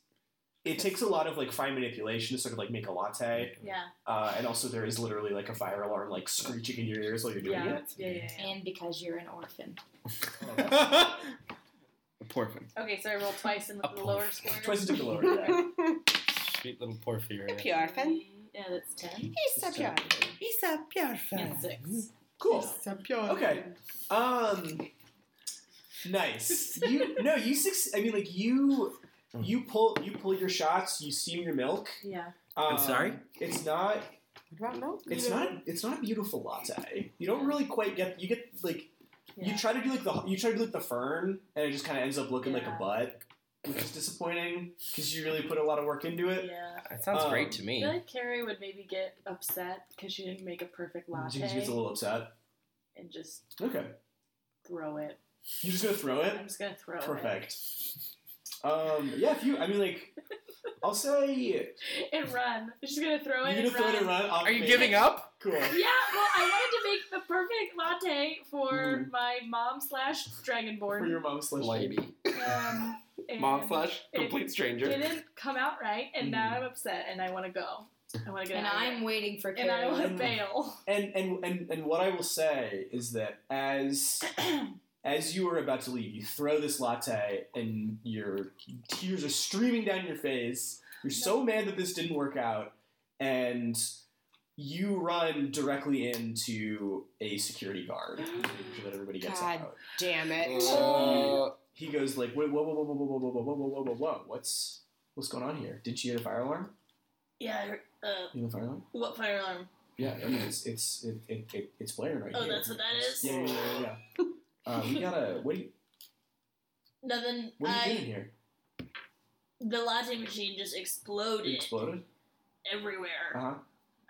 Speaker 2: it takes a lot of like fine manipulation to sort of like make a latte,
Speaker 9: yeah,
Speaker 2: uh, and also there is literally like a fire alarm like screeching in your ears while you're doing
Speaker 9: yeah,
Speaker 2: it. Oh,
Speaker 9: yeah, yeah, yeah.
Speaker 10: And because you're an orphan.
Speaker 1: Poor thing.
Speaker 9: Okay, so I rolled twice and
Speaker 6: A
Speaker 9: with the lower
Speaker 6: porf.
Speaker 9: score.
Speaker 2: Twice it took the lower. Yeah.
Speaker 6: sweet little Porphyria.
Speaker 4: Pure orphan.
Speaker 9: Yeah, that's ten.
Speaker 4: He's a pure. He's a pure
Speaker 9: And six.
Speaker 2: Cool. Okay. Um. Nice. You no. You six. I mean, like you. You pull. You pull your shots. You steam your milk.
Speaker 9: Yeah.
Speaker 2: Um,
Speaker 6: I'm sorry?
Speaker 2: It's not.
Speaker 4: What about milk?
Speaker 2: It's not. It's not a beautiful latte. You don't really quite get. You get like. You
Speaker 9: Yeah.
Speaker 2: try to do like the. You try to do like the fern, and it just kind of ends up looking like a
Speaker 9: Yeah.
Speaker 2: butt, which is disappointing because you really put a lot of work into it.
Speaker 9: Yeah.
Speaker 6: That sounds
Speaker 2: Um,
Speaker 6: great to
Speaker 9: I
Speaker 6: me.
Speaker 9: feel like Carrie would maybe get upset because she didn't make a perfect
Speaker 2: She
Speaker 9: latte
Speaker 2: just gets a little upset.
Speaker 9: and just
Speaker 2: Okay.
Speaker 9: throw it.
Speaker 2: You're just gonna throw it.
Speaker 9: I'm just gonna throw
Speaker 2: Perfect. Um. Yeah. If you. I mean, like. I'll say
Speaker 9: it and run. She's gonna throw it.
Speaker 2: You're gonna
Speaker 9: and
Speaker 2: throw
Speaker 9: run.
Speaker 2: it and run.
Speaker 1: Are you giving up?
Speaker 2: Cool.
Speaker 9: Yeah, well, I wanted to make the perfect latte for my mom slash
Speaker 2: Mm. For
Speaker 9: dragonborn.
Speaker 2: your mom slash
Speaker 1: Maybe.
Speaker 9: Um, and
Speaker 12: Mom slash
Speaker 9: it
Speaker 12: complete stranger.
Speaker 9: didn't come out right, and
Speaker 2: Mm.
Speaker 9: now I'm upset, and I want to go. I want to get
Speaker 10: And
Speaker 9: out. of
Speaker 10: I'm
Speaker 9: here.
Speaker 10: waiting for
Speaker 9: and I
Speaker 10: Carrie.
Speaker 9: want to bail.
Speaker 2: And, and and and what I will say is that as as you are about to leave, you throw this latte, and your tears are streaming down your face. You're so mad that this didn't work out, and you run directly into a security guard. Make sure that everybody gets
Speaker 4: God.
Speaker 2: out.
Speaker 4: Damn it.
Speaker 6: Mm.
Speaker 4: Oh
Speaker 1: Uh,
Speaker 2: He goes like, whoa, whoa, whoa, whoa, whoa, whoa, whoa, whoa, whoa, whoa, whoa, whoa. What's what's going on here? Did she hit a fire alarm?
Speaker 7: Yeah. I heard- Uh,
Speaker 2: You know, fire alarm?
Speaker 7: what fire alarm?
Speaker 2: Yeah, I mean, it's it's it, it, it, it's blaring right
Speaker 7: Oh,
Speaker 2: here.
Speaker 7: that's what that is?
Speaker 2: Yeah, yeah, yeah. yeah. uh, we gotta. What are you,
Speaker 7: Nothing.
Speaker 2: what are you doing
Speaker 7: I
Speaker 2: here?
Speaker 7: the latte machine just exploded
Speaker 2: It exploded.
Speaker 7: everywhere,
Speaker 2: Uh huh.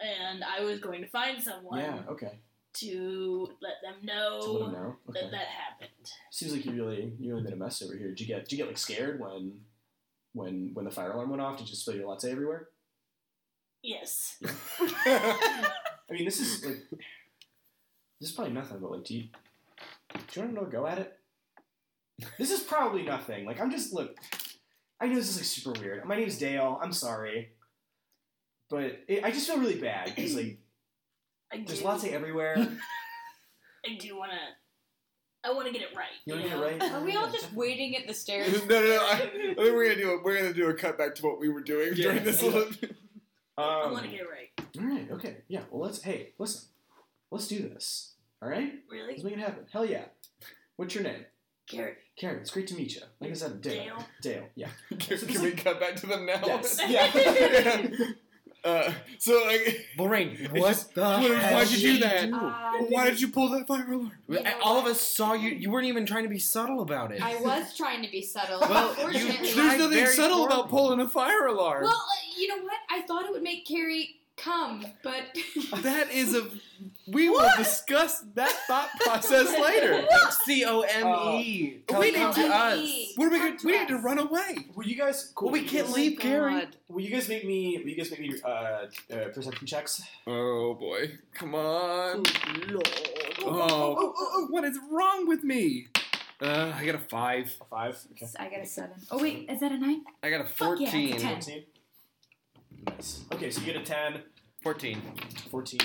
Speaker 7: and I was going to find someone
Speaker 2: Yeah. Okay.
Speaker 7: to let them
Speaker 2: To let 'em
Speaker 7: know
Speaker 2: know.
Speaker 7: Oh, that
Speaker 2: Okay.
Speaker 7: that happened.
Speaker 2: Seems like you really you really made a mess over here. Did you get did you get like scared when when when the fire alarm went off? Did you spill your latte everywhere?
Speaker 7: Yes.
Speaker 2: I mean, this is
Speaker 6: Mm.
Speaker 2: like this is probably nothing. But like, do you do you want another go at it? This is probably nothing. Like, I'm just look. I know this is like super weird. My name's Dale. I'm sorry, but it, I just feel really bad because like
Speaker 7: I do.
Speaker 2: there's latte everywhere.
Speaker 7: I do want to. I want to get it right.
Speaker 2: You want to
Speaker 7: you
Speaker 2: get it
Speaker 7: know?
Speaker 2: right?
Speaker 10: Are we all just waiting at
Speaker 1: no,
Speaker 10: the stairs?
Speaker 1: no, no. I, I think we're gonna do a we're gonna do a cutback to what we were doing
Speaker 2: Yeah.
Speaker 1: during this little.
Speaker 7: I
Speaker 2: Um,
Speaker 7: want to get it right.
Speaker 2: all right. Okay. Yeah. Well, let's. Hey, listen. Let's do this. All right. Let's
Speaker 7: Really?
Speaker 2: make it happen. Hell yeah. What's your name?
Speaker 7: Carrie.
Speaker 2: Karen. It's great to meet you. Like I said, I'm Dale.
Speaker 7: Dale.
Speaker 2: Dale. Yeah.
Speaker 1: Can, can we cut back to them now?
Speaker 10: Oh.
Speaker 2: Yes.
Speaker 1: yeah. Uh, so like,
Speaker 6: Boring,
Speaker 1: what
Speaker 6: the
Speaker 1: why'd you do that?
Speaker 10: Um,
Speaker 1: Why did you pull that fire alarm?
Speaker 10: You know
Speaker 6: All of
Speaker 10: what?
Speaker 6: us saw you. You weren't even trying to be subtle about it.
Speaker 10: I was trying to be subtle.
Speaker 6: Well, you-
Speaker 10: Unfortunately,
Speaker 6: there's
Speaker 10: I-
Speaker 6: nothing subtle about
Speaker 1: pulling a fire alarm.
Speaker 10: Well, uh, you know what? I thought it would make Carrie come, but
Speaker 1: that is a. We will discuss that thought process later.
Speaker 6: C O M E.
Speaker 1: Uh, we
Speaker 6: Come
Speaker 1: need
Speaker 6: to
Speaker 1: to-
Speaker 6: us.
Speaker 1: What are we gonna?
Speaker 10: Come to
Speaker 1: We need to
Speaker 10: us.
Speaker 1: run away.
Speaker 2: Will you guys? Cool.
Speaker 6: Well, we
Speaker 2: Will you
Speaker 6: can't
Speaker 2: guys-
Speaker 6: leave, Carrie.
Speaker 2: Will you guys make me? Will you guys make me uh, uh, perception checks?
Speaker 1: Oh boy, come on.
Speaker 2: Lord.
Speaker 1: Oh, what is wrong with me? Uh, I got a five.
Speaker 2: A five. Okay.
Speaker 10: I got a seven. Oh wait, is that a nine?
Speaker 1: I got a
Speaker 10: Fuck yeah,
Speaker 1: fourteen.
Speaker 10: it's a 10.
Speaker 2: Fourteen. Nice. Okay, so you get a 10,
Speaker 1: Fourteen.
Speaker 2: 14,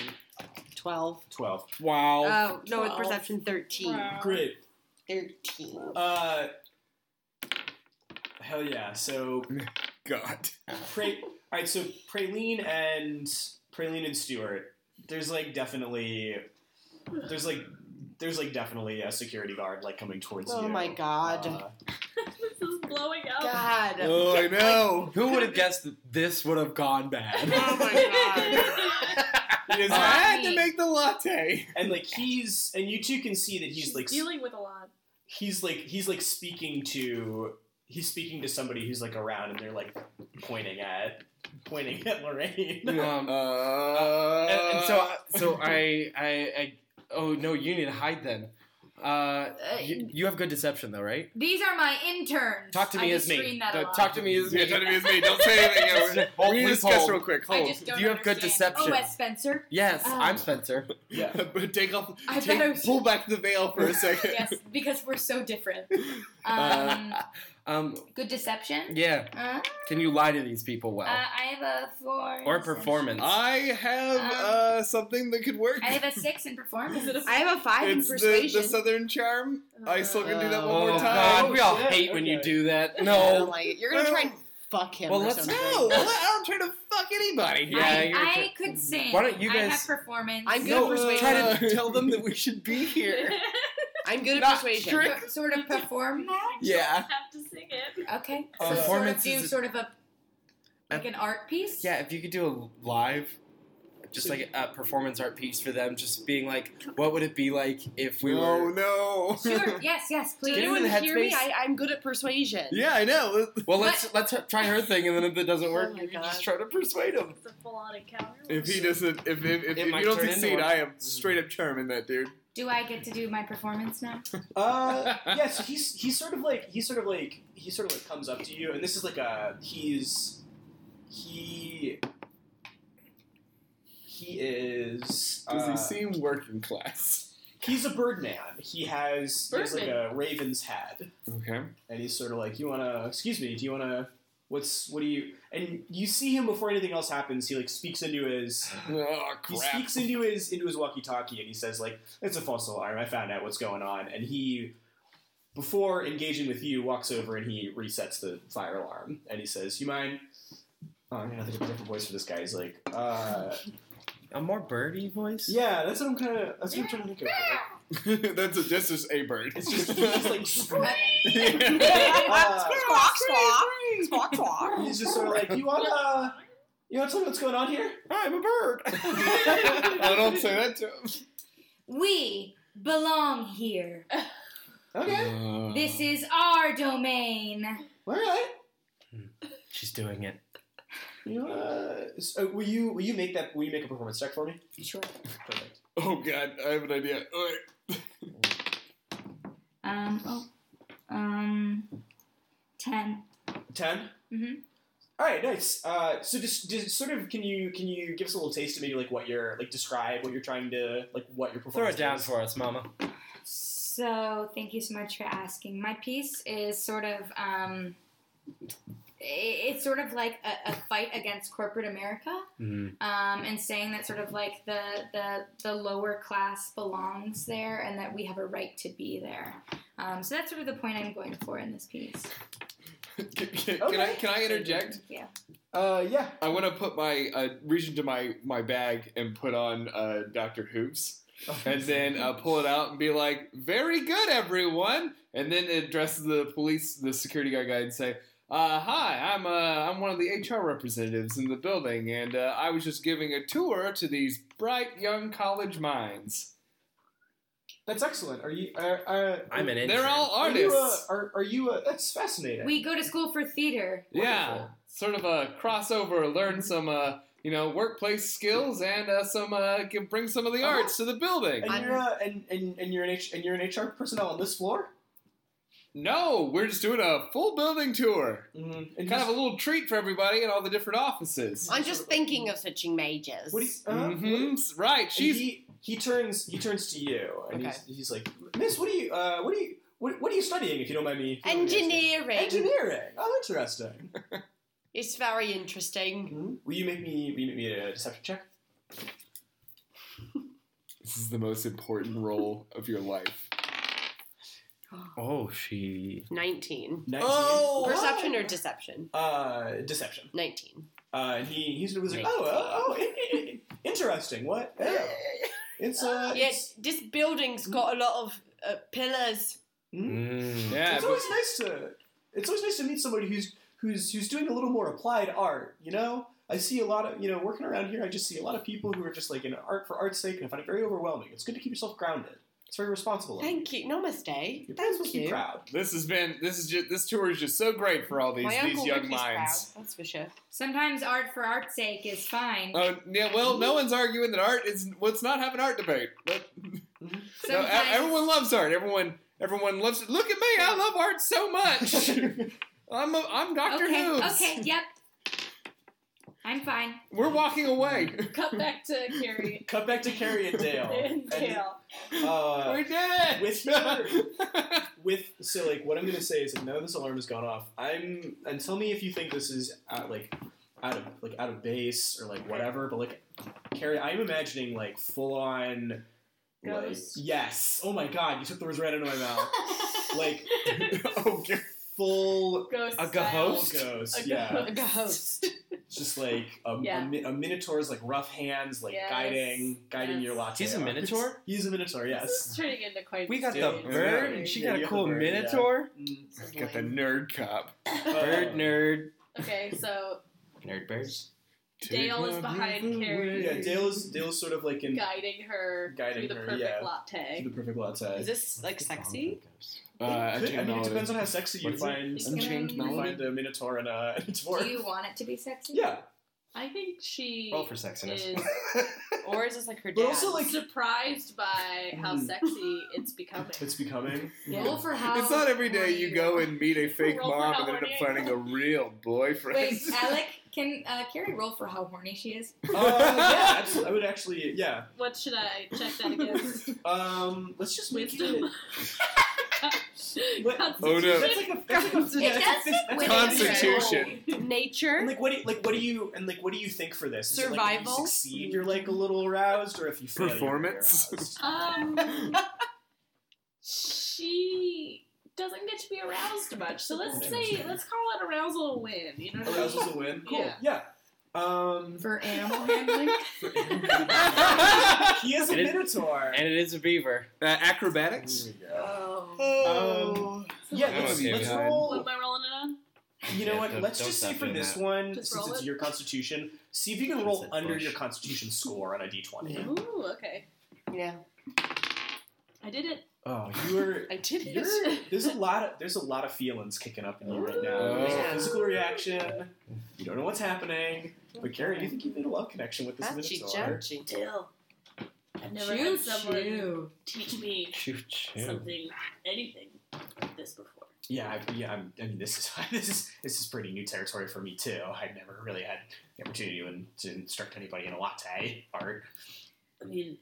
Speaker 4: 12.
Speaker 2: 12.
Speaker 1: Wow.
Speaker 4: Oh, no, with
Speaker 9: Twelve.
Speaker 4: perception 13.
Speaker 9: Wow.
Speaker 2: Great.
Speaker 4: 13.
Speaker 2: Uh, hell yeah. So
Speaker 1: God.
Speaker 2: Pra- all right, so Praline and Praline and Stewart. There's like definitely, there's like, there's like definitely a security guard like coming towards
Speaker 4: Oh
Speaker 2: you.
Speaker 4: my Oh god.
Speaker 2: Uh,
Speaker 9: This is blowing up.
Speaker 4: God.
Speaker 1: Oh, I know.
Speaker 6: Who would have guessed that this would have gone bad?
Speaker 4: Oh my god.
Speaker 1: Because I had to make the latte.
Speaker 2: and like he's and you two can see that he's
Speaker 9: She's
Speaker 2: like s-
Speaker 9: dealing with a lot.
Speaker 2: he's like he's like speaking to he's speaking to somebody who's like around and they're like pointing at pointing at Lorraine.
Speaker 6: Um,
Speaker 1: Uh,
Speaker 6: and, and so, so I, I, I, oh no, you need to hide then. Uh, you, you have good deception though, right?
Speaker 10: These are my interns.
Speaker 6: Talk to me
Speaker 10: I
Speaker 6: as
Speaker 10: just
Speaker 6: me.
Speaker 10: screen that a
Speaker 6: Don't-
Speaker 10: lot.
Speaker 6: talk to me as
Speaker 1: yeah,
Speaker 6: me.
Speaker 1: trying to be as me. Don't say anything. Yeah, we're-
Speaker 6: Hold,
Speaker 1: we need to
Speaker 6: please
Speaker 1: discuss
Speaker 6: hold.
Speaker 1: real quick.
Speaker 10: I
Speaker 1: Hold.
Speaker 10: just don't
Speaker 6: Do you have good
Speaker 10: understand.
Speaker 6: deception?
Speaker 10: Oh, S. Spencer.
Speaker 6: Yes,
Speaker 10: Oh.
Speaker 6: I'm Spencer.
Speaker 2: yeah.
Speaker 1: But uh, take off.
Speaker 10: I
Speaker 1: take-
Speaker 10: better-
Speaker 1: pull back the veil for a second.
Speaker 10: yes, because we're so different. Um,
Speaker 6: Uh, um,
Speaker 10: good deception.
Speaker 6: yeah.
Speaker 10: Uh,
Speaker 6: Can you lie to these people
Speaker 10: uh,
Speaker 6: well
Speaker 10: I have a four.
Speaker 6: or
Speaker 10: in-
Speaker 6: performance?
Speaker 1: I have
Speaker 10: Um,
Speaker 1: uh, something that could work.
Speaker 10: I have a six in performance.
Speaker 4: I have a five
Speaker 1: it's the,
Speaker 4: in persuasion.
Speaker 1: the Southern Charm. I still
Speaker 9: Uh,
Speaker 1: can do that one
Speaker 6: oh
Speaker 1: more time.
Speaker 6: God, we all
Speaker 2: Yeah,
Speaker 6: hate when you
Speaker 2: okay.
Speaker 6: do that.
Speaker 4: I don't
Speaker 6: No.
Speaker 4: like it. You're gonna try and fuck him.
Speaker 6: Well,
Speaker 4: or
Speaker 6: let's
Speaker 4: something.
Speaker 1: No, I don't try to fuck anybody.
Speaker 6: Yeah,
Speaker 10: I,
Speaker 6: you're
Speaker 10: I could sing.
Speaker 6: Why don't you
Speaker 10: I
Speaker 6: guys-
Speaker 10: have performance.
Speaker 4: I'm good
Speaker 6: No,
Speaker 4: at persuasion.
Speaker 6: try to tell them that we should be here.
Speaker 4: I'm good at
Speaker 6: Not
Speaker 4: persuasion.
Speaker 6: strict.
Speaker 10: So- sort of perform that.
Speaker 6: Yeah.
Speaker 9: Have to sing it.
Speaker 10: Okay. So
Speaker 6: Uh, performance
Speaker 10: sort of do
Speaker 6: is a-
Speaker 10: sort of a like an art piece.
Speaker 6: Yeah, if you could do a live, just like a performance art piece for them, just being like, what would it be like if we
Speaker 1: oh
Speaker 6: were?
Speaker 1: no.
Speaker 10: Sure. Yes. Yes.
Speaker 4: Does
Speaker 10: Please.
Speaker 6: Get him in
Speaker 4: anyone
Speaker 6: the
Speaker 4: hear me?
Speaker 6: headspace.
Speaker 4: I, I'm good at persuasion.
Speaker 1: yeah, I know.
Speaker 6: Well, let's let's try her thing, and then if it doesn't
Speaker 4: Oh
Speaker 6: work,
Speaker 4: my
Speaker 6: you can just
Speaker 4: God.
Speaker 6: try to persuade him.
Speaker 9: It's a full-on encounter.
Speaker 1: If he doesn't, if if, if, if
Speaker 6: might
Speaker 1: you don't
Speaker 6: turn into
Speaker 1: succeed,
Speaker 6: one.
Speaker 1: I am straight up charming that dude.
Speaker 10: Do I get to do my performance now?
Speaker 2: Uh, yeah, so he's he's sort of like he's sort of like he sort of like comes up to you, and this is like a he's he he is
Speaker 1: Does
Speaker 2: uh,
Speaker 1: he seem working class?
Speaker 2: he's a birdman. He has he has like a raven's head,
Speaker 1: Okay.
Speaker 2: and he's sort of like, you wanna excuse me, do you wanna what's what do you and you see him before anything else happens. He like speaks into his
Speaker 1: Oh
Speaker 2: he
Speaker 1: crap.
Speaker 2: speaks into his into his walkie-talkie and he says like it's a false alarm i found out what's going on and he before engaging with you walks over and he resets the fire alarm and he says you mind oh, i'm gonna think of a different voice for this guy he's like uh
Speaker 6: A more birdie voice.
Speaker 2: yeah that's what i'm kind of that's what i'm trying to think of
Speaker 1: That's a, that's just a bird.
Speaker 2: it's just he's just like
Speaker 10: Uh,
Speaker 2: uh,
Speaker 4: Squawk, squawk. Squawk, squawk.
Speaker 2: he's just sort of like you want to you want to tell me what's going on here
Speaker 1: I'm a bird. I don't say that to him.
Speaker 10: we belong here.
Speaker 2: okay
Speaker 10: This is our domain.
Speaker 2: all right
Speaker 6: She's doing it.
Speaker 2: you, uh, so will you will you make that will you make a performance check for me
Speaker 10: Sure.
Speaker 2: perfect
Speaker 1: Oh god, I have an idea. All right.
Speaker 10: Um. Oh. Um. Ten.
Speaker 2: 10
Speaker 10: Mhm.
Speaker 2: All right, nice. Uh, so just, just sort of, can you can you give us a little taste of maybe like what you're like describe what you're trying to like what your
Speaker 6: Throw
Speaker 2: performance
Speaker 6: it down
Speaker 2: is?
Speaker 6: for us, Mama.
Speaker 10: So thank you so much for asking. My piece is sort of um, i- it's sort of like a, a fight against corporate America,
Speaker 1: Mm.
Speaker 10: um, and saying that sort of like the the the lower class belongs there, and that we have a right to be there. Um, so that's sort of the point I'm going for in this piece.
Speaker 1: Can, can- can I
Speaker 2: Okay.
Speaker 1: can I interject?
Speaker 10: Yeah.
Speaker 2: Uh, yeah.
Speaker 1: I want to put my uh, reach into my my bag and put on uh, Doctor Hoops, and then uh, pull it out and be like, "Very good, everyone!" And then address the police, the security guard guy, and say. Uh, hi, I'm uh, I'm one of the HR representatives in the building, and uh, I was just giving a tour to these bright young college minds.
Speaker 2: that's excellent. Are you? Are, are,
Speaker 6: I'm an intern.
Speaker 1: They're all uh,
Speaker 2: Are you a,
Speaker 1: artists.
Speaker 2: are, are you a? That's fascinating.
Speaker 10: We go to school for theater.
Speaker 1: Yeah, sort of a crossover. Learn some, uh, you know, workplace skills and uh, some uh, can bring some of the
Speaker 2: Uh-huh.
Speaker 1: arts to the building.
Speaker 2: And you're uh, and, and, and you're an H, and you're an HR personnel on this floor.
Speaker 1: No, we're just doing a full building tour.
Speaker 2: Mm-hmm. And
Speaker 1: Kind
Speaker 2: just-
Speaker 1: of a little treat for everybody in all the different offices.
Speaker 4: I'm just thinking of switching majors.
Speaker 2: what do you, uh,
Speaker 1: hmm Right,
Speaker 2: and
Speaker 1: she's.
Speaker 2: he he turns he turns to you and
Speaker 4: Okay.
Speaker 2: he's, he's like, Miss, what do you uh, what do you what, what are you studying if you don't mind me? if you don't mind me asking?"
Speaker 4: Engineering.
Speaker 2: Engineering. Oh, interesting.
Speaker 4: It's very interesting.
Speaker 1: Mm-hmm.
Speaker 2: Mhm. Will you make me? Will you make me a deception check?
Speaker 1: This is the most important role of your life.
Speaker 6: Oh, she.
Speaker 4: 19.
Speaker 2: 19.
Speaker 1: Oh!
Speaker 4: Perception or deception?
Speaker 2: uh, deception.
Speaker 4: 19.
Speaker 2: Uh, and he he's was like, oh, oh, oh in- in- in- interesting. What? Yeah. It's uh,
Speaker 4: Yes, this building's got a lot of uh,
Speaker 2: it's,
Speaker 4: pillars.
Speaker 2: mm,
Speaker 1: Yeah,
Speaker 2: it's always nice to It's always nice to meet somebody who's who's who's doing a little more applied art. You know, I see a lot of you know working around here. I just see a lot of people who are just like in art for art's sake, and I find it very overwhelming. It's good to keep yourself grounded. It's very responsible. of you.
Speaker 4: Thank you. Namaste.
Speaker 2: Your parents
Speaker 4: Thank
Speaker 2: must be
Speaker 4: you.
Speaker 2: proud.
Speaker 11: This has been this is just this tour is just so great for all these
Speaker 4: My
Speaker 11: these
Speaker 4: uncle
Speaker 11: young
Speaker 4: Ricky's
Speaker 11: minds.
Speaker 4: proud. That's for sure.
Speaker 10: Sometimes art for art's sake is fine.
Speaker 11: Oh yeah, well, no one's arguing that art is. Let's not have an art debate. Let- no, e-
Speaker 10: Sometimes,
Speaker 11: everyone loves art. Everyone everyone loves. it. Look at me, I love art so much. I'm a, I'm Doctor
Speaker 10: okay,
Speaker 11: Who.
Speaker 10: okay, yep. I'm fine.
Speaker 11: We're walking away.
Speaker 9: Cut back to Carrie
Speaker 2: Cut back to Carrie and Dale.
Speaker 9: and Dale.
Speaker 2: Uh,
Speaker 11: we did it.
Speaker 2: with your- with so like what I'm gonna say is like now this alarm has gone off. I'm and tell me if you think this is out, like out of like out of base or like whatever. But like Carrie, I'm imagining like full on. Like,
Speaker 9: Ghost.
Speaker 2: yes. Oh my God! You took the words right out of my mouth. like
Speaker 11: oh, God.
Speaker 2: full
Speaker 9: Ghost.
Speaker 6: A
Speaker 9: style.
Speaker 6: ghost?
Speaker 2: ghost.
Speaker 9: A
Speaker 2: Yeah.
Speaker 9: ghost.
Speaker 4: A host.
Speaker 2: It's Just like a, a
Speaker 9: Yeah.
Speaker 2: mi- a minotaur's like rough hands, like
Speaker 9: Yes.
Speaker 2: guiding guiding
Speaker 9: Yes.
Speaker 2: your latte.
Speaker 6: He's a
Speaker 2: up.
Speaker 6: minotaur?
Speaker 2: He's a minotaur.
Speaker 9: This is
Speaker 2: Yes.
Speaker 9: turning into quite.
Speaker 6: We got the
Speaker 2: Dude,
Speaker 6: bird,
Speaker 2: yeah.
Speaker 6: and she
Speaker 2: Yeah, you
Speaker 6: got a
Speaker 2: got the
Speaker 6: cool
Speaker 2: bird, yeah.
Speaker 6: minotaur.
Speaker 2: Mm.
Speaker 11: Got the nerd cup.
Speaker 6: Bird
Speaker 2: Uh,
Speaker 6: nerd,
Speaker 9: Okay, so
Speaker 6: nerd birds.
Speaker 9: Dale is behind Carrie.
Speaker 2: Yeah, Dale's Dale's sort of like in
Speaker 9: guiding her
Speaker 2: Guiding
Speaker 9: through the
Speaker 2: her,
Speaker 9: perfect
Speaker 2: yeah.
Speaker 9: latte.
Speaker 2: the perfect latte.
Speaker 4: Is this like sexy?
Speaker 11: Uh,
Speaker 2: Could- I mean, it
Speaker 11: melody.
Speaker 2: depends on how sexy you
Speaker 11: What is it?
Speaker 2: find.
Speaker 10: Unchained
Speaker 2: you
Speaker 10: Melody?
Speaker 2: find a minotaur and a, and a dwarf.
Speaker 10: Do you want it to be sexy?
Speaker 2: yeah,
Speaker 9: I think she
Speaker 6: Roll for sexiness.
Speaker 9: is
Speaker 4: Or is this like her dad?
Speaker 2: but also like
Speaker 9: surprised by how
Speaker 2: Mm.
Speaker 9: sexy it's becoming.
Speaker 2: it's becoming.
Speaker 10: Roll for how
Speaker 11: It's not every day you go and meet a fake
Speaker 9: Roll for
Speaker 11: mom
Speaker 9: how
Speaker 11: and end up
Speaker 9: horny I
Speaker 11: finding a real boyfriend.
Speaker 10: Wait, Alec, can uh, Carrie roll for how horny she is?
Speaker 2: Uh, yeah, abso- I would actually. Yeah.
Speaker 9: What should I check that against?
Speaker 2: Um, let's just make it.
Speaker 9: Wisdom.
Speaker 2: What-
Speaker 11: Oh, no.
Speaker 2: That's like a. That's like a
Speaker 10: It
Speaker 2: yeah, that's
Speaker 10: does
Speaker 2: a-
Speaker 10: fit
Speaker 2: that's a-
Speaker 10: within
Speaker 2: that's a-
Speaker 10: your
Speaker 11: Constitution.
Speaker 2: And
Speaker 4: Nature.
Speaker 2: like what? Do you, like what do you and like what do you think for this? Is it, like, if
Speaker 4: Survival?
Speaker 2: you succeed, you're like a little aroused, or if you fail, you're
Speaker 11: Performance?
Speaker 2: aroused?
Speaker 9: Um, she doesn't get to be aroused much, so let's
Speaker 2: Oh,
Speaker 9: say let's call it arousal a win. You know what I mean?
Speaker 2: Arousal's a win. Cool.
Speaker 9: Yeah.
Speaker 2: Yeah. Um,
Speaker 10: For animal handling?
Speaker 2: he is a
Speaker 6: It is-
Speaker 2: minotaur.
Speaker 6: And it is a beaver.
Speaker 11: Uh, acrobatics?
Speaker 2: There we go.
Speaker 6: Um,
Speaker 4: Oh.
Speaker 2: Yeah,
Speaker 11: That
Speaker 2: let's,
Speaker 11: would be
Speaker 2: let's
Speaker 11: good.
Speaker 9: What
Speaker 2: roll.
Speaker 9: am I rolling it on?
Speaker 2: You know
Speaker 6: Yeah,
Speaker 2: what?
Speaker 6: don't-
Speaker 2: let's
Speaker 6: don't
Speaker 2: just
Speaker 6: stop
Speaker 2: see for
Speaker 6: doing
Speaker 2: this
Speaker 6: that.
Speaker 2: one,
Speaker 9: Just
Speaker 2: since
Speaker 9: roll
Speaker 2: it's
Speaker 9: it?
Speaker 2: your constitution, see if you can
Speaker 6: It's
Speaker 2: roll
Speaker 6: a
Speaker 2: under
Speaker 6: push.
Speaker 2: your constitution score on a d20.
Speaker 4: Yeah.
Speaker 9: Ooh, okay.
Speaker 4: Yeah.
Speaker 9: I did it.
Speaker 2: Oh, you're.
Speaker 4: I did
Speaker 2: You're,
Speaker 4: it.
Speaker 2: there's a lot of there's a lot of feelings kicking up in you right now.
Speaker 11: Oh.
Speaker 2: There's a
Speaker 4: Yeah.
Speaker 2: physical reaction. You don't know what's happening. But Karen, you think you made a love connection with this
Speaker 4: Hachi
Speaker 2: minotaur?
Speaker 4: jachi.
Speaker 7: Dill.
Speaker 9: I've never had someone teach me
Speaker 6: Choo choo.
Speaker 7: Something, anything like this before.
Speaker 2: Yeah, I, yeah. I'm, I mean, this is this is this is pretty new territory for me too. I've never really had the opportunity to, in, to instruct anybody in a latte art.
Speaker 7: I mean,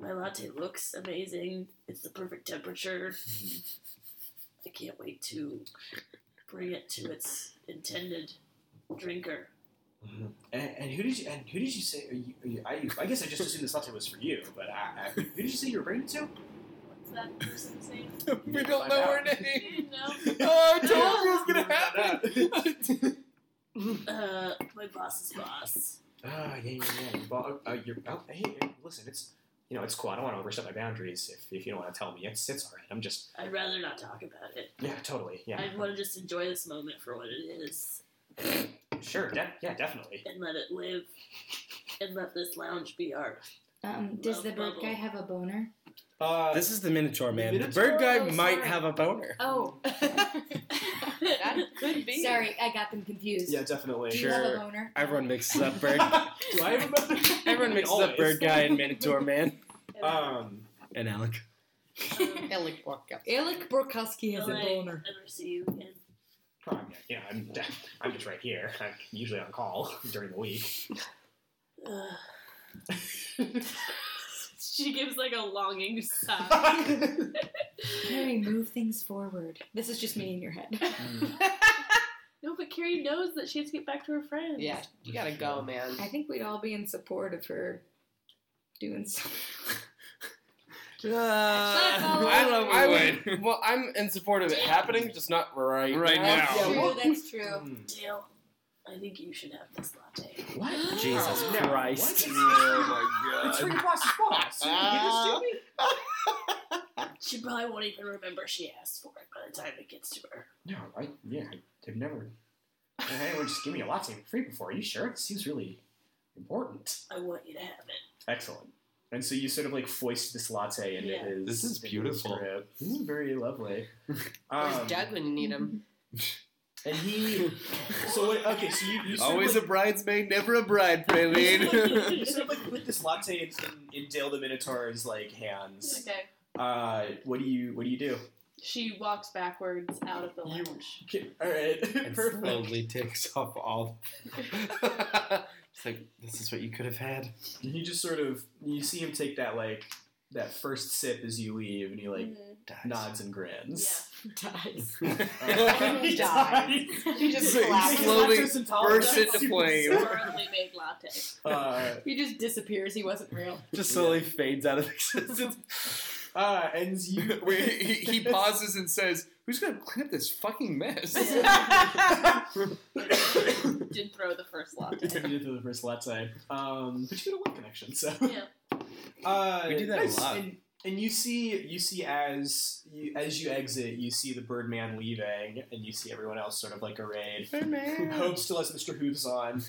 Speaker 7: my latte looks amazing. It's the perfect temperature.
Speaker 2: Mm-hmm.
Speaker 7: I can't wait to bring it to its intended drinker.
Speaker 2: And, and who did you and who did you say? Are you, are you, I, I guess I just assumed this latte was for you, but I, I, who did you say you were bringing it to?
Speaker 9: What's that person's name?
Speaker 11: we don't know her name.
Speaker 9: no.
Speaker 11: Oh, I told you it was going to happen.
Speaker 7: Uh, my boss's boss.
Speaker 2: Ah, yeah, yeah, yeah. You're, bo- uh, you're, oh, hey, hey, listen, it's you know it's cool. I don't want to overstep my boundaries if, if you don't want to tell me. It's it's all right. I'm just
Speaker 7: I'd rather not talk about it.
Speaker 2: yeah, totally yeah.
Speaker 7: I want to just enjoy this moment for what it is
Speaker 2: Sure, de- yeah, definitely.
Speaker 7: and let it live and let this lounge be ours.
Speaker 10: Um, does the bird guy have a boner?
Speaker 2: Uh,
Speaker 6: This is the minotaur man. The
Speaker 2: Minotaur?
Speaker 6: bird guy
Speaker 10: Oh,
Speaker 6: might
Speaker 10: sorry.
Speaker 6: have a boner.
Speaker 10: Oh,
Speaker 4: That could be.
Speaker 10: sorry, I got them confused.
Speaker 2: yeah, definitely.
Speaker 10: Do you have
Speaker 6: Sure.
Speaker 10: a boner?
Speaker 6: Everyone mixes up
Speaker 2: Do
Speaker 6: bird.
Speaker 2: I remember?
Speaker 6: Everyone mixes
Speaker 2: Always.
Speaker 6: up bird guy and minotaur man
Speaker 2: Um,
Speaker 6: and Alec.
Speaker 4: Alec Borka.
Speaker 10: Alec Borkowski has a
Speaker 7: Like,
Speaker 10: boner.
Speaker 7: Ever see you again.
Speaker 2: come on, yeah, yeah, I'm I'm just right here. I'm usually on call during the week.
Speaker 7: Ugh.
Speaker 9: She gives like a longing sigh.
Speaker 2: Mm.
Speaker 10: Carrie, move things forward. This is just me in your head.
Speaker 9: No, but Carrie knows that she has to get back to her friends.
Speaker 4: Yeah, you gotta go, man.
Speaker 10: I think we'd all be in support of her doing something.
Speaker 6: Uh, I,
Speaker 10: love
Speaker 6: I would. Well, I'm in support of it happening, just not right
Speaker 11: Right
Speaker 6: now.
Speaker 2: Yeah, what-
Speaker 10: that's true.
Speaker 2: Mm.
Speaker 7: Dale, I think you should have this latte.
Speaker 2: What?
Speaker 6: Jesus
Speaker 2: No,
Speaker 6: Christ.
Speaker 2: What?
Speaker 11: Oh,
Speaker 2: It's
Speaker 11: my
Speaker 2: for
Speaker 11: God.
Speaker 2: your boss's Ah. boss. You can give this to me.
Speaker 7: She probably won't even remember she asked for it by time it gets to her.
Speaker 2: No, I yeah, I've never. Hey, anyone just give me a latte for free before? Are you sure? It seems really important.
Speaker 7: I want you to have it.
Speaker 2: Excellent. And so you sort of like foist this latte into
Speaker 7: Yeah.
Speaker 2: his.
Speaker 13: This is
Speaker 2: into his
Speaker 13: beautiful.
Speaker 2: drip. This is very lovely.
Speaker 4: Where's
Speaker 2: Um,
Speaker 4: Doug when you need him?
Speaker 2: And he. So what, okay, so you, you sort
Speaker 1: Always
Speaker 2: of
Speaker 1: a bridesmaid, never a bride,
Speaker 14: you
Speaker 1: Praline.
Speaker 14: sort of like put this latte in, in, in Dale the Minotaur's like hands.
Speaker 9: Okay.
Speaker 2: Uh, what do you what do you do?
Speaker 9: She walks backwards out of the lounge.
Speaker 2: Okay, all right,
Speaker 6: And
Speaker 2: perfect.
Speaker 6: slowly takes off all. it's like this is what you could have had.
Speaker 2: And you just sort of you see him take that like that first sip as you leave, and he like
Speaker 4: Mm.
Speaker 9: Mm-hmm.
Speaker 2: nods and grins.
Speaker 4: Dies.
Speaker 2: Uh,
Speaker 4: He dies. He just collapses.
Speaker 1: slowly
Speaker 2: Lactose intolerant.
Speaker 1: bursts into flame.
Speaker 9: Currently made latte.
Speaker 2: Uh,
Speaker 4: He just disappears. He wasn't real.
Speaker 6: Just slowly fades out of existence.
Speaker 2: uh, and you
Speaker 1: Wait, he, he pauses and says, "Who's gonna clean up this fucking mess?"
Speaker 9: Did throw the first latte.
Speaker 2: Took you through the first latte. Um, but you got a web connection, so
Speaker 9: Yeah.
Speaker 2: Uh,
Speaker 6: We do that a lot.
Speaker 2: And, and you see, you see as you, as you exit, you see the Birdman leaving, and you see everyone else sort of like arrayed. Hope still has Mister Hooves on,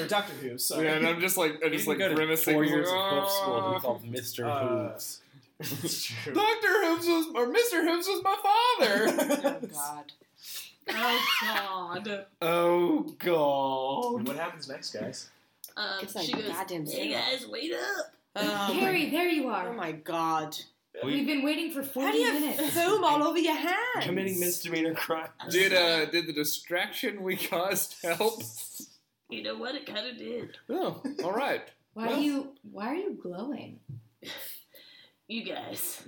Speaker 2: or Doctor Hooves. Sorry.
Speaker 1: Yeah, and I'm just like, I'm
Speaker 6: You
Speaker 1: just
Speaker 6: can
Speaker 1: like
Speaker 6: go to
Speaker 1: grimacing.
Speaker 6: Four years of
Speaker 1: "Ah."
Speaker 6: prep school. He's called Mister
Speaker 2: Uh,
Speaker 6: Hooves.
Speaker 2: It's true.
Speaker 1: Doctor Hooves was, or Mister Hooves was my father.
Speaker 4: Oh God.
Speaker 9: Oh God.
Speaker 1: oh
Speaker 2: And
Speaker 1: god.
Speaker 2: what happens next, guys?
Speaker 7: Um,
Speaker 4: It's like
Speaker 7: she goes,
Speaker 4: goddamn
Speaker 7: "Hey
Speaker 4: zero.
Speaker 7: guys, wait up!"
Speaker 4: Oh my,
Speaker 10: Carrie, there you
Speaker 4: oh
Speaker 10: are.
Speaker 4: my God.
Speaker 10: We've been waiting for
Speaker 4: How do
Speaker 10: 40
Speaker 4: you have
Speaker 10: minutes.
Speaker 4: foam all over your hands?
Speaker 6: committing misdemeanor crime.
Speaker 1: Did uh did the distraction we caused help?
Speaker 7: You know what? It kind of did.
Speaker 1: Oh, all right.
Speaker 10: Why are you why are you glowing?
Speaker 7: You guys,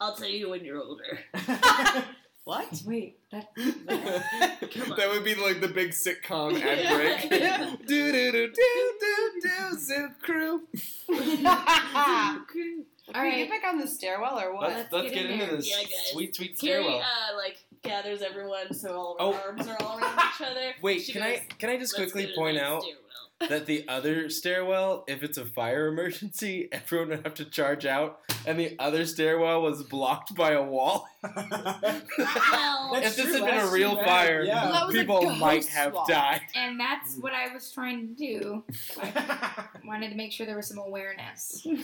Speaker 7: I'll tell you when you're older.
Speaker 4: What?
Speaker 10: Wait, that
Speaker 1: that would be like the big sitcom ad break.
Speaker 7: Yeah.
Speaker 1: do do do do do do zip crew.
Speaker 4: All
Speaker 10: All right.
Speaker 4: back on the stairwell or
Speaker 6: Let's, let's
Speaker 10: get
Speaker 6: get,
Speaker 10: in
Speaker 6: into
Speaker 10: there.
Speaker 6: this
Speaker 7: Yeah, guys.
Speaker 6: sweet, sweet
Speaker 7: Carrie
Speaker 6: stairwell.
Speaker 7: uh, like gathers everyone so all of
Speaker 6: Oh.
Speaker 7: her arms are all around each other.
Speaker 6: Wait,
Speaker 7: She
Speaker 6: can
Speaker 7: goes,
Speaker 6: I can I just
Speaker 7: "Let's
Speaker 6: quickly
Speaker 7: go to
Speaker 6: point
Speaker 7: that
Speaker 6: out
Speaker 7: stairwell."
Speaker 6: that the other stairwell, if it's a fire emergency, everyone would have to charge out, and the other stairwell was blocked by a wall.
Speaker 7: Well,
Speaker 6: if this
Speaker 2: true,
Speaker 6: had been a
Speaker 2: last
Speaker 6: real
Speaker 2: year, right?
Speaker 6: fire,
Speaker 2: Yeah.
Speaker 4: That was a
Speaker 6: people
Speaker 4: ghost
Speaker 6: might have
Speaker 4: wall.
Speaker 6: died.
Speaker 10: and that's what I was trying to do. Wanted to make sure there was some awareness.
Speaker 9: Of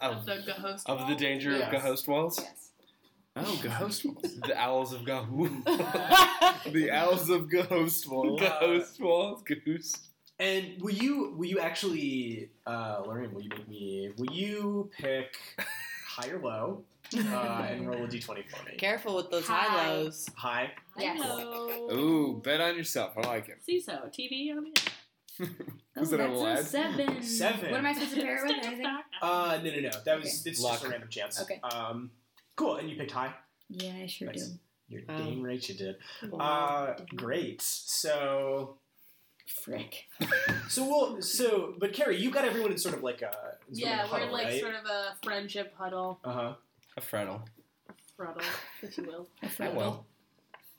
Speaker 6: of,
Speaker 9: the ghost.
Speaker 6: of the
Speaker 9: wall.
Speaker 6: danger
Speaker 2: Yes.
Speaker 6: of ghost walls,
Speaker 10: Yes.
Speaker 1: Oh, ghost walls.
Speaker 6: the owls of Gahoo.
Speaker 1: The owls of ghost walls.
Speaker 6: ghost walls, goose.
Speaker 2: And will you will you actually, uh, Lorraine? Will you make me? Will you pick high or low uh, and roll a d20 for me?
Speaker 4: Careful with those
Speaker 10: Hi.
Speaker 4: high lows.
Speaker 2: High.
Speaker 10: Yes.
Speaker 7: Hello.
Speaker 1: Ooh, bet on yourself. I like him.
Speaker 7: CISO, TV, I'm in.
Speaker 1: Was
Speaker 10: oh,
Speaker 1: it a
Speaker 10: that's
Speaker 1: lad?
Speaker 10: a seven.
Speaker 2: Seven.
Speaker 10: What am I supposed to pair it with? Anything?
Speaker 2: Uh, no, no, no. That was it's just a
Speaker 6: Luck.
Speaker 2: random chance.
Speaker 10: Okay.
Speaker 2: Um, cool. And you picked high.
Speaker 10: Yeah, I sure
Speaker 2: Nice.
Speaker 10: do.
Speaker 2: You're
Speaker 4: Wow.
Speaker 2: dang right, you did.
Speaker 4: Wow.
Speaker 2: Uh, great. So,
Speaker 10: Frick.
Speaker 2: so we'll so, but Carrie, you got everyone in sort of like a in sort
Speaker 9: Yeah,
Speaker 2: of a
Speaker 9: we're
Speaker 2: huddle,
Speaker 9: like
Speaker 2: right?
Speaker 9: sort of a friendship huddle,
Speaker 2: uh huh,
Speaker 6: A frontal.
Speaker 9: throttle, if you will.
Speaker 10: I
Speaker 6: I will.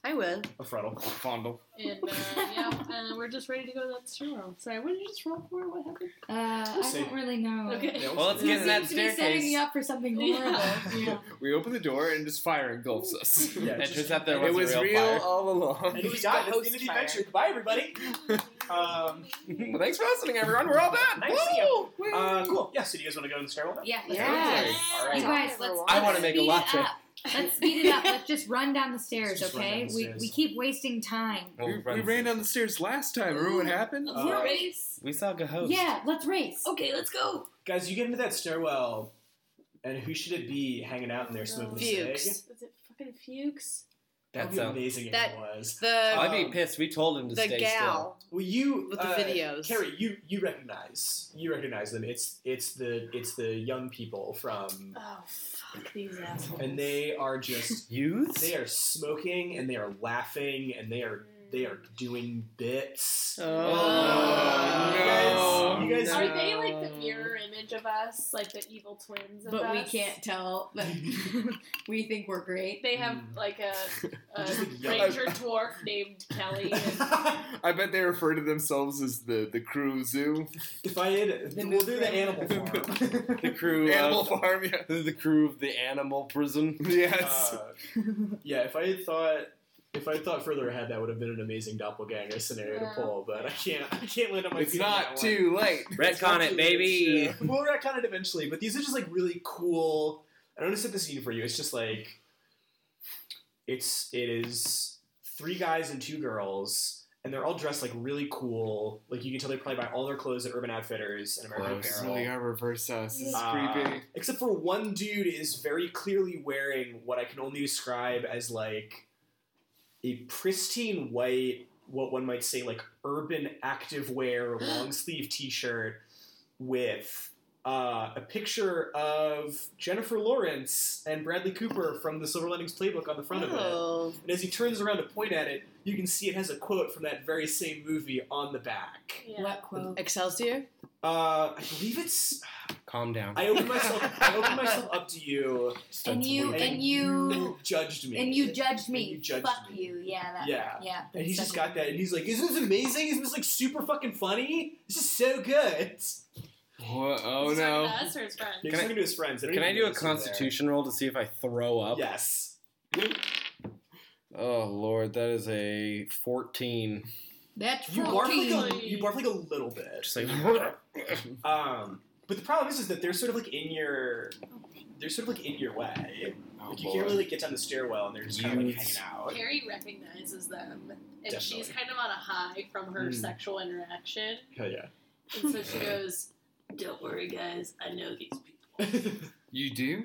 Speaker 4: I will.
Speaker 2: a frontal.
Speaker 6: Fondle.
Speaker 9: And uh, yeah, and we're just ready to go to that stairwell. Sorry, what did you just roll for? What happened?
Speaker 10: Uh, I
Speaker 2: see.
Speaker 10: don't really know.
Speaker 9: Okay.
Speaker 2: Yeah,
Speaker 6: Well, let's
Speaker 10: You
Speaker 6: get in
Speaker 10: seem
Speaker 6: that
Speaker 10: to be setting me
Speaker 6: staircase.
Speaker 10: up for something
Speaker 9: Yeah.
Speaker 10: horrible. Yeah.
Speaker 1: We open the door and just fire engulfs us.
Speaker 2: Yeah,
Speaker 6: It
Speaker 2: just-
Speaker 6: turns out there
Speaker 1: it was
Speaker 6: was a
Speaker 1: real,
Speaker 6: real, fire.
Speaker 1: all along.
Speaker 2: And we died. That's the end of
Speaker 4: Ghost
Speaker 2: the
Speaker 4: fire.
Speaker 2: adventure. Goodbye, everybody. Um,
Speaker 1: Well, thanks for listening, everyone. We're all dead.
Speaker 2: Nice to see you.
Speaker 1: Woo!
Speaker 2: uh, cool. Yeah. So, do you guys want to go in the stairwell? now?
Speaker 10: Yeah. let's
Speaker 4: Yeah.
Speaker 10: do it.
Speaker 2: All
Speaker 10: You
Speaker 2: right.
Speaker 10: guys, let's.
Speaker 6: I wanna
Speaker 10: let's
Speaker 6: make a
Speaker 10: speed it
Speaker 6: latte.
Speaker 10: up. Let's speed it up. Let's just run down the stairs,
Speaker 2: Just run
Speaker 10: okay?
Speaker 2: down the
Speaker 10: we
Speaker 2: stairs.
Speaker 10: we keep wasting time.
Speaker 6: Well,
Speaker 1: we, we
Speaker 6: runs
Speaker 1: ran
Speaker 6: it.
Speaker 1: down the stairs last time. Remember what happened?
Speaker 7: A
Speaker 2: Uh,
Speaker 7: race.
Speaker 6: We saw Gahost.
Speaker 10: Yeah, let's race.
Speaker 7: Okay, let's go.
Speaker 2: Guys, you get into that stairwell, and who should it be hanging out in there smoking a cig?
Speaker 4: Fuchs.
Speaker 9: Is it fucking Fuchs?
Speaker 2: That'd
Speaker 6: That
Speaker 2: be
Speaker 6: sounds.
Speaker 2: amazing if
Speaker 4: that-
Speaker 2: it was.
Speaker 4: The
Speaker 6: I'd be pissed. We told him to
Speaker 4: the
Speaker 6: stay
Speaker 4: gal
Speaker 2: Well, you
Speaker 4: with the
Speaker 2: uh,
Speaker 4: videos.
Speaker 2: Carrie, you you recognize you recognize them. It's it's the it's the young people from,
Speaker 9: Oh fuck these assholes.
Speaker 2: and they are just
Speaker 6: still. Youths?
Speaker 2: they are smoking and they are laughing and they are They are doing bits.
Speaker 9: Oh,
Speaker 2: you guys, you guys
Speaker 9: Are they like the mirror image of us, like the evil twins? Of
Speaker 3: But we
Speaker 9: us?
Speaker 3: can't tell. But we think we're great.
Speaker 9: They have
Speaker 2: Mm.
Speaker 9: like a, a
Speaker 1: Yeah.
Speaker 9: ranger dwarf named Kelly. And
Speaker 1: I bet they refer to themselves as the the crew zoo.
Speaker 2: If I had, we'll do the animal farm.
Speaker 6: the crew
Speaker 1: Animal
Speaker 6: of,
Speaker 1: Farm, yeah.
Speaker 6: the crew of the animal prison.
Speaker 1: Yes.
Speaker 2: Uh, yeah, if I had thought if I had thought further ahead, that would have been an amazing doppelganger scenario to pull. But I can't I can't land on my
Speaker 1: It's
Speaker 2: feet on
Speaker 1: not
Speaker 2: that
Speaker 1: too late.
Speaker 2: one. It's not
Speaker 6: Retcon it,
Speaker 2: too late,
Speaker 6: baby.
Speaker 2: yeah. We'll retcon it eventually. But these are just like really cool. I don't want to set the scene for you. It's just like it's it is three guys and two girls. And they're all dressed like really cool. Like you can tell they probably buy all their clothes at Urban Outfitters and American
Speaker 1: Close.
Speaker 2: Apparel.
Speaker 1: Really are reverse us. This is
Speaker 2: Uh,
Speaker 1: creepy.
Speaker 2: Except for one dude is very clearly wearing what I can only describe as like a pristine white, what one might say like urban activewear long sleeve t-shirt with uh, a picture of Jennifer Lawrence and Bradley Cooper from the Silver Linings Playbook on the front
Speaker 4: Oh.
Speaker 2: of it. And as he turns around to point at it, you can see it has a quote from that very same movie on the back.
Speaker 9: yeah.
Speaker 3: What quote?
Speaker 4: Excelsior?
Speaker 2: Uh, I believe it's.
Speaker 6: Calm down.
Speaker 2: I opened myself. I opened myself up to you.
Speaker 10: And you and you
Speaker 2: judged me.
Speaker 10: and you judged me.
Speaker 2: you judged
Speaker 10: Fuck
Speaker 2: me.
Speaker 10: you. Yeah. That,
Speaker 2: Yeah.
Speaker 10: Yeah.
Speaker 2: And he's just got that, and he's like, "Isn't this amazing? Isn't this like super fucking funny? This is so good."
Speaker 6: Wha- oh
Speaker 9: Is it
Speaker 6: no.
Speaker 9: us or his friend?
Speaker 2: He's
Speaker 6: I-
Speaker 2: talking to his friends. They don't
Speaker 6: Can I
Speaker 2: even
Speaker 6: do a
Speaker 2: notice him there.
Speaker 6: constitution roll to see if I throw up?
Speaker 2: Yes.
Speaker 6: Oh lord, that is a fourteen.
Speaker 3: That's
Speaker 2: You barf like a
Speaker 9: Fourteen.
Speaker 2: you barf like a little bit.
Speaker 6: Just like
Speaker 2: Um, but the problem is, is that they're sort of like in your, they're sort of like in your way. like you can't really like, get down the stairwell, and they're just kind of like hanging
Speaker 6: Youths.
Speaker 2: out.
Speaker 9: Carrie recognizes them, and she's
Speaker 2: Definitely.
Speaker 9: kind of on a high from her
Speaker 2: Mm.
Speaker 9: sexual interaction,
Speaker 2: Hell yeah.
Speaker 9: and so she goes,
Speaker 7: Don't worry, guys. I know these people.
Speaker 1: You do?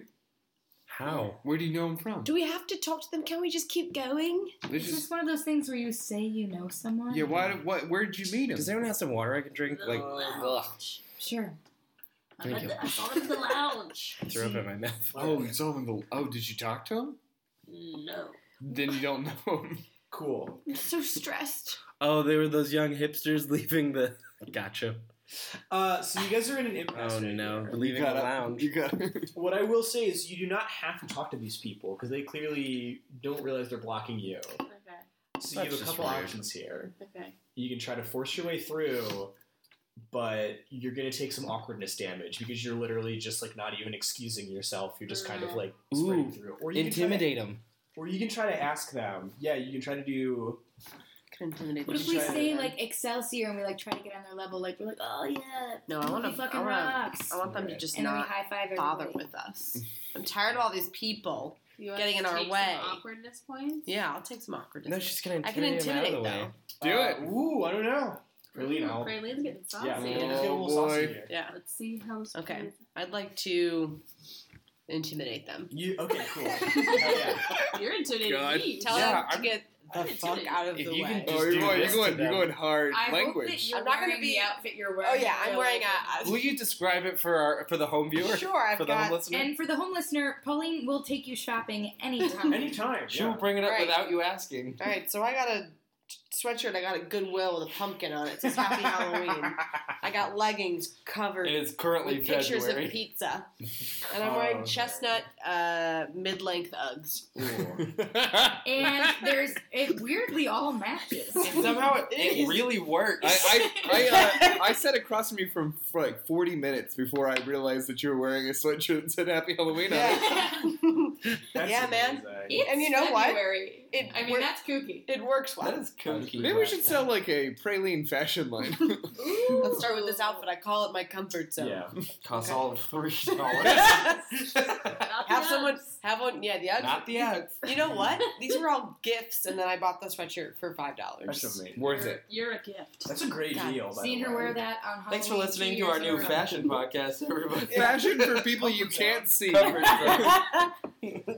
Speaker 6: How?
Speaker 1: Where do you know him from?
Speaker 4: Do we have to talk to them? Can we just keep going?
Speaker 1: This
Speaker 10: It's just
Speaker 1: is,
Speaker 10: one of those things where you say you know someone.
Speaker 1: yeah. Why? What? Where'd you meet him?
Speaker 6: Does anyone have some water I can drink? Like
Speaker 7: lounge.
Speaker 10: Sure.
Speaker 7: I'm
Speaker 6: Thank
Speaker 7: at
Speaker 6: you.
Speaker 7: the, I saw them in the lounge.
Speaker 6: throw up in my mouth.
Speaker 1: Oh, you saw him in the. Oh, did you talk to him?
Speaker 7: No.
Speaker 1: Then you don't know him.
Speaker 2: Cool.
Speaker 4: I'm so stressed.
Speaker 6: Oh, they were those young hipsters leaving the. Gotcha.
Speaker 2: Uh, so you guys are in an impasse.
Speaker 6: Oh
Speaker 2: right
Speaker 6: no,
Speaker 2: here.
Speaker 6: we're leaving the
Speaker 1: gotta-
Speaker 6: lounge.
Speaker 1: You got.
Speaker 2: What I will say is, you do not have to talk to these people because they clearly don't realize they're blocking you. So
Speaker 9: "Okay,
Speaker 2: you
Speaker 6: That's
Speaker 2: have a
Speaker 6: just
Speaker 2: couple
Speaker 6: rude.
Speaker 2: options here.
Speaker 9: okay."
Speaker 2: You can try to force your way through, but you're going to take some awkwardness damage because you're literally just like not even excusing yourself. You're just
Speaker 4: Mm.
Speaker 2: kind of like spreading
Speaker 6: Ooh,
Speaker 2: through. Or you
Speaker 6: Intimidate them.
Speaker 2: Can try to, or you can try to ask them. Yeah, you can try to do.
Speaker 4: Can intimidate
Speaker 10: What
Speaker 4: the
Speaker 10: if we
Speaker 4: shit out of
Speaker 10: say
Speaker 4: them.
Speaker 10: like Excelsior and we like try to get on their level? Like we're like, oh yeah,
Speaker 4: No, I want
Speaker 10: He
Speaker 4: to.
Speaker 10: fucking
Speaker 4: I want.
Speaker 10: rocks.
Speaker 4: I want them to just
Speaker 10: and then we
Speaker 4: not
Speaker 10: high five
Speaker 4: bother with us. I'm tired of all these people.
Speaker 9: You want
Speaker 4: Getting
Speaker 9: to
Speaker 4: in our
Speaker 9: take
Speaker 4: way.
Speaker 9: Some awkwardness points.
Speaker 4: Yeah, I'll take some awkwardness.
Speaker 6: No, she's gonna
Speaker 4: I can
Speaker 6: intimidate, them out of the
Speaker 4: intimidate,
Speaker 6: way.
Speaker 1: Do
Speaker 2: Uh, Ooh, I don't know. Really,
Speaker 9: Ooh,
Speaker 2: no.
Speaker 9: Praline's getting saucy.
Speaker 2: Yeah, we're
Speaker 4: Oh,
Speaker 2: gonna get a little saucy here.
Speaker 4: yeah,
Speaker 9: Let's see how this.
Speaker 4: Okay.
Speaker 9: plays.
Speaker 4: I'd like to intimidate them.
Speaker 2: You okay? Cool. Hell yeah.
Speaker 9: You're intimidating
Speaker 1: God.
Speaker 9: me.
Speaker 4: Tell
Speaker 1: Yeah,
Speaker 4: them to
Speaker 1: I'm-
Speaker 4: get the
Speaker 9: I'm
Speaker 4: fuck
Speaker 9: intimidated.
Speaker 4: out of
Speaker 6: If
Speaker 4: the
Speaker 6: you can
Speaker 4: way.
Speaker 6: just
Speaker 1: Oh,
Speaker 6: do
Speaker 1: you're going,
Speaker 6: this
Speaker 1: you're
Speaker 6: to
Speaker 1: going, you're
Speaker 6: them.
Speaker 1: going hard.
Speaker 10: I hope that
Speaker 1: Language.
Speaker 10: you're
Speaker 4: I'm not gonna
Speaker 10: wearing
Speaker 4: be-
Speaker 10: the outfit you're
Speaker 4: Oh
Speaker 10: wearing.
Speaker 4: yeah, I'm
Speaker 10: though,
Speaker 4: wearing
Speaker 10: like,
Speaker 4: a.
Speaker 6: Will you describe it for our for the home viewer?
Speaker 4: sure, I've
Speaker 6: for the
Speaker 4: got.
Speaker 6: home listener.
Speaker 10: And for the um, home listener, Pauline will take you shopping anytime.
Speaker 2: Anytime.
Speaker 6: She will
Speaker 2: Yeah.
Speaker 6: bring it up
Speaker 4: Right.
Speaker 6: without you asking.
Speaker 4: all right, so I got a sweatshirt. I got a Goodwill with a pumpkin on it. It says Happy Halloween. I got leggings covered
Speaker 6: It is Oh, currently
Speaker 4: with pictures
Speaker 6: February.
Speaker 4: of pizza, and I'm wearing chestnut uh, mid-length Uggs.
Speaker 10: and there's it weirdly all matches.
Speaker 6: And somehow it, it really works.
Speaker 1: I, I, I, uh, I sat across from you from for like 40 minutes before I realized that you were wearing a sweatshirt that said Happy Halloween on it.
Speaker 2: That's
Speaker 4: Yeah, man.
Speaker 2: amazing.
Speaker 10: It's
Speaker 4: And you know what?
Speaker 10: February.
Speaker 4: It
Speaker 10: I mean,
Speaker 4: works-
Speaker 10: that's kooky.
Speaker 4: it works well.
Speaker 2: That is kooky.
Speaker 1: Maybe we should sell like a praline fashion line.
Speaker 4: Let's start with this outfit. I call it my comfort zone.
Speaker 2: Yeah.
Speaker 6: Costs
Speaker 4: Okay.
Speaker 6: all of three dollars.
Speaker 9: Not the
Speaker 4: have someone
Speaker 9: abs.
Speaker 4: have one. Yeah, the Uggs.
Speaker 6: Not the ads.
Speaker 4: You know what? These were all gifts, and then I bought the sweatshirt for five
Speaker 2: That's
Speaker 4: dollars.
Speaker 2: amazing.
Speaker 1: Worth
Speaker 9: You're-
Speaker 1: it.
Speaker 9: You're a gift.
Speaker 2: That's a great
Speaker 4: God,
Speaker 2: deal. by
Speaker 10: Seen
Speaker 2: the
Speaker 10: her
Speaker 2: way.
Speaker 10: wear that on Halloween.
Speaker 6: Thanks for listening
Speaker 10: two
Speaker 6: to our
Speaker 10: years in
Speaker 6: new
Speaker 10: a row.
Speaker 6: fashion podcast, everybody.
Speaker 1: Fashion for people you
Speaker 2: Comfort
Speaker 1: can't see.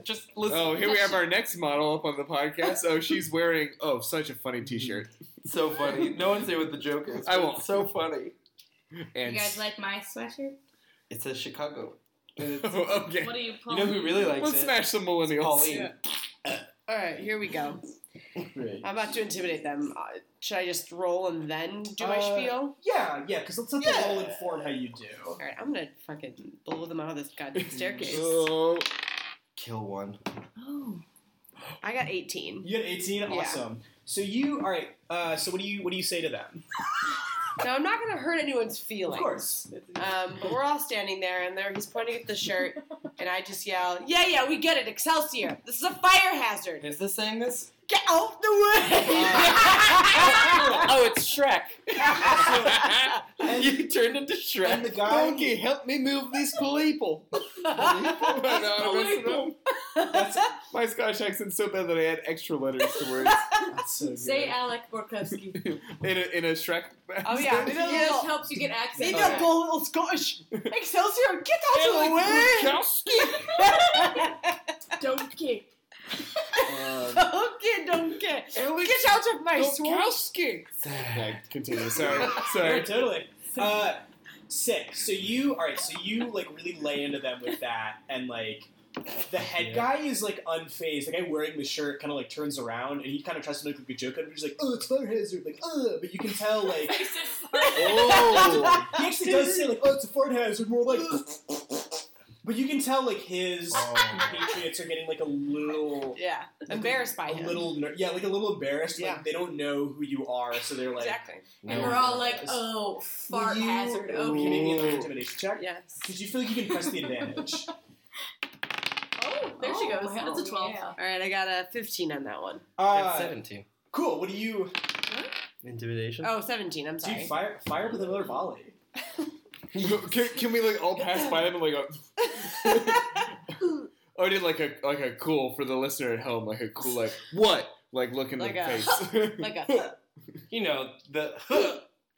Speaker 6: Just listen.
Speaker 1: Oh, here we have our next model up on the podcast. Oh, she's wearing oh such a funny T-shirt.
Speaker 6: So funny. No one's there with the joke is.
Speaker 1: I
Speaker 6: but
Speaker 1: won't.
Speaker 6: it's So funny.
Speaker 10: You
Speaker 1: And
Speaker 10: guys like my sweatshirt?
Speaker 6: It says Chicago. And it's-
Speaker 1: oh, okay,
Speaker 9: What do you pull?
Speaker 6: You know who really likes
Speaker 1: let's
Speaker 6: it?
Speaker 1: smash some millennials.
Speaker 6: Pauline.
Speaker 4: All right, here we go.
Speaker 2: Right.
Speaker 4: I'm about to intimidate them. Uh, should I just roll and then do my
Speaker 2: Uh,
Speaker 4: spiel?
Speaker 2: Yeah, yeah, because let's let the roll inform how you do.
Speaker 4: All right, I'm gonna fucking blow them out of this goddamn staircase.
Speaker 6: So, kill one.
Speaker 4: oh, I got 18.
Speaker 2: You got 18?
Speaker 4: Yeah.
Speaker 2: Awesome. So you, all right, uh, so what do you what do you say to them?
Speaker 4: Now I'm not gonna hurt anyone's feelings.
Speaker 2: Of course.
Speaker 4: Um, but we're all standing there, and there he's pointing at the shirt, and I just yell, "Yeah, yeah, we get it, Excelsior! This is a fire hazard.
Speaker 6: Is this saying this?
Speaker 4: Get out the way!"
Speaker 6: oh, it's Shrek.
Speaker 1: Oh.
Speaker 6: you turned into Shrek.
Speaker 2: And the guy- Donkey,
Speaker 6: help me move these people.
Speaker 1: My Scottish accent's so bad that I add extra letters to words.
Speaker 3: Say Alec Borkowski.
Speaker 1: in, a, in a Shrek.
Speaker 4: Oh yeah,
Speaker 3: It
Speaker 4: Yeah.
Speaker 3: just helps you get access.
Speaker 4: Maybe I'll go a little Scottish. Excelsior, get out of
Speaker 3: Alec
Speaker 4: the way!
Speaker 9: Don't kick.
Speaker 2: uh,
Speaker 4: okay, don't get. Get out of my swamp.
Speaker 1: Okay, continue. Sorry. Sorry.
Speaker 2: Yeah, totally. Uh, sick. So you, all right. So you like really lay into them with that, and like the head guy is like unfazed. The guy wearing the shirt kind of like turns around, and he kind of tries to make like a joke out of it. He's like, "Oh, it's fire hazard," like, "Oh," but you can tell like
Speaker 6: Oh.
Speaker 2: he actually does say like, "Oh, it's a fart hazard," more like. But you can tell, like his
Speaker 6: Oh.
Speaker 1: Oh.
Speaker 2: compatriots are getting like a little,
Speaker 4: Yeah, embarrassed by
Speaker 2: a
Speaker 4: him.
Speaker 2: little, ner- yeah, like a little embarrassed.
Speaker 4: Yeah.
Speaker 2: Like they don't know who you are, so they're like,
Speaker 4: Exactly.
Speaker 3: And we're all like, oh, fart hazard.
Speaker 2: Can you
Speaker 3: Okay.
Speaker 2: make me an intimidation check?
Speaker 4: Yes.
Speaker 2: Because you feel like you can press the advantage.
Speaker 4: Oh,
Speaker 9: there she goes.
Speaker 3: hell
Speaker 9: That's a 12.
Speaker 3: yeah.
Speaker 4: All right, I got a 15 on that one.
Speaker 6: That's
Speaker 2: Uh,
Speaker 6: 17.
Speaker 2: cool. What do you
Speaker 6: Intimidation.
Speaker 4: Oh, 17. I'm
Speaker 2: do? You
Speaker 4: sorry.
Speaker 2: fire fire up with another volley.
Speaker 1: can, can we like all pass by them and like go? oh, I did like a like a cool for the listener at home, like a cool like what like look in
Speaker 4: Like
Speaker 1: the
Speaker 4: a-
Speaker 1: face.
Speaker 4: Like a,
Speaker 6: You know the
Speaker 9: Like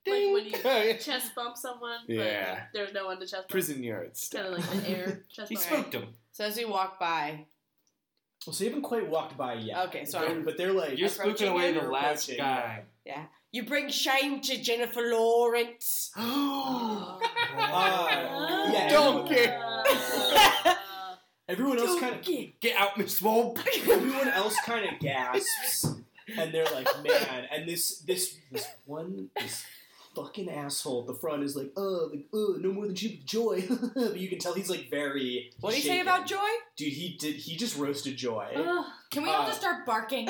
Speaker 9: when you
Speaker 1: Oh, yeah.
Speaker 9: chest bump someone. but
Speaker 1: Yeah.
Speaker 9: There's no one to chest bump.
Speaker 1: Prison yards.
Speaker 9: Kind of like an air chest
Speaker 6: he
Speaker 9: bump.
Speaker 6: spooked him.
Speaker 4: so as we walk by,
Speaker 2: Well, so you haven't quite walked by yet.
Speaker 4: okay, so
Speaker 2: They're-
Speaker 4: I'm,
Speaker 2: but they're like
Speaker 6: You're spooking away the
Speaker 2: Approaching.
Speaker 6: last guy.
Speaker 4: you bring shame to Jennifer Lawrence.
Speaker 9: Oh.
Speaker 2: Uh, yeah,
Speaker 1: Don't
Speaker 2: everyone-
Speaker 1: care.
Speaker 2: Everyone else kind of
Speaker 6: Get out, Miss Swob.
Speaker 2: everyone else kind of gasps, and they're like, "Man!" And this this this one this fucking asshole at the front is like, "Uh, like, uh, no more than sheep with joy." but you can tell he's like very.
Speaker 4: What do you say
Speaker 2: shaken.
Speaker 4: about Joy?
Speaker 2: Dude, he did. He just roasted joy.
Speaker 3: Can we all
Speaker 2: Uh,
Speaker 3: just start barking?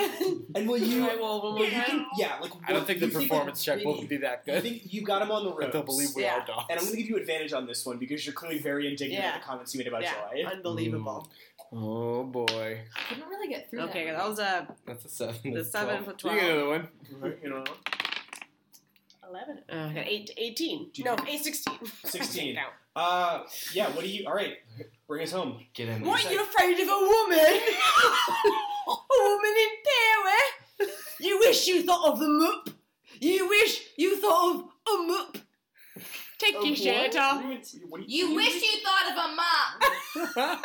Speaker 2: And will you?
Speaker 4: I will.
Speaker 2: Well, you can, yeah, like
Speaker 6: I don't think the
Speaker 2: you
Speaker 6: performance check will
Speaker 2: really-
Speaker 6: be that
Speaker 2: You
Speaker 6: good.
Speaker 2: think you got him on the
Speaker 6: I
Speaker 2: ropes.
Speaker 6: don't believe we
Speaker 4: Yeah.
Speaker 6: are dogs.
Speaker 2: And I'm going to give you advantage on this one because you're clearly very indignant
Speaker 4: Yeah.
Speaker 2: at the comments you made about
Speaker 4: Yeah,
Speaker 2: Joy.
Speaker 4: unbelievable.
Speaker 1: Oh boy.
Speaker 3: I couldn't really get through
Speaker 4: Okay,
Speaker 3: that.
Speaker 4: that was a
Speaker 6: That's a seven.
Speaker 4: the
Speaker 6: That's
Speaker 4: seven
Speaker 6: twelve.
Speaker 4: for
Speaker 1: You get
Speaker 4: twelve.
Speaker 1: another one.
Speaker 2: You know,
Speaker 9: 11.
Speaker 4: Uh, I got eight, 18.
Speaker 2: Do you
Speaker 4: No,
Speaker 2: think-
Speaker 4: eight, 16.
Speaker 2: 16.
Speaker 4: No.
Speaker 2: Uh, yeah, what do you. All right, bring us home.
Speaker 6: Get in.
Speaker 4: What, you afraid of a woman? a woman in power? You wish you thought of the mup. You wish you thought of a mup. Take your shirt off.
Speaker 10: You wish you thought of a mop.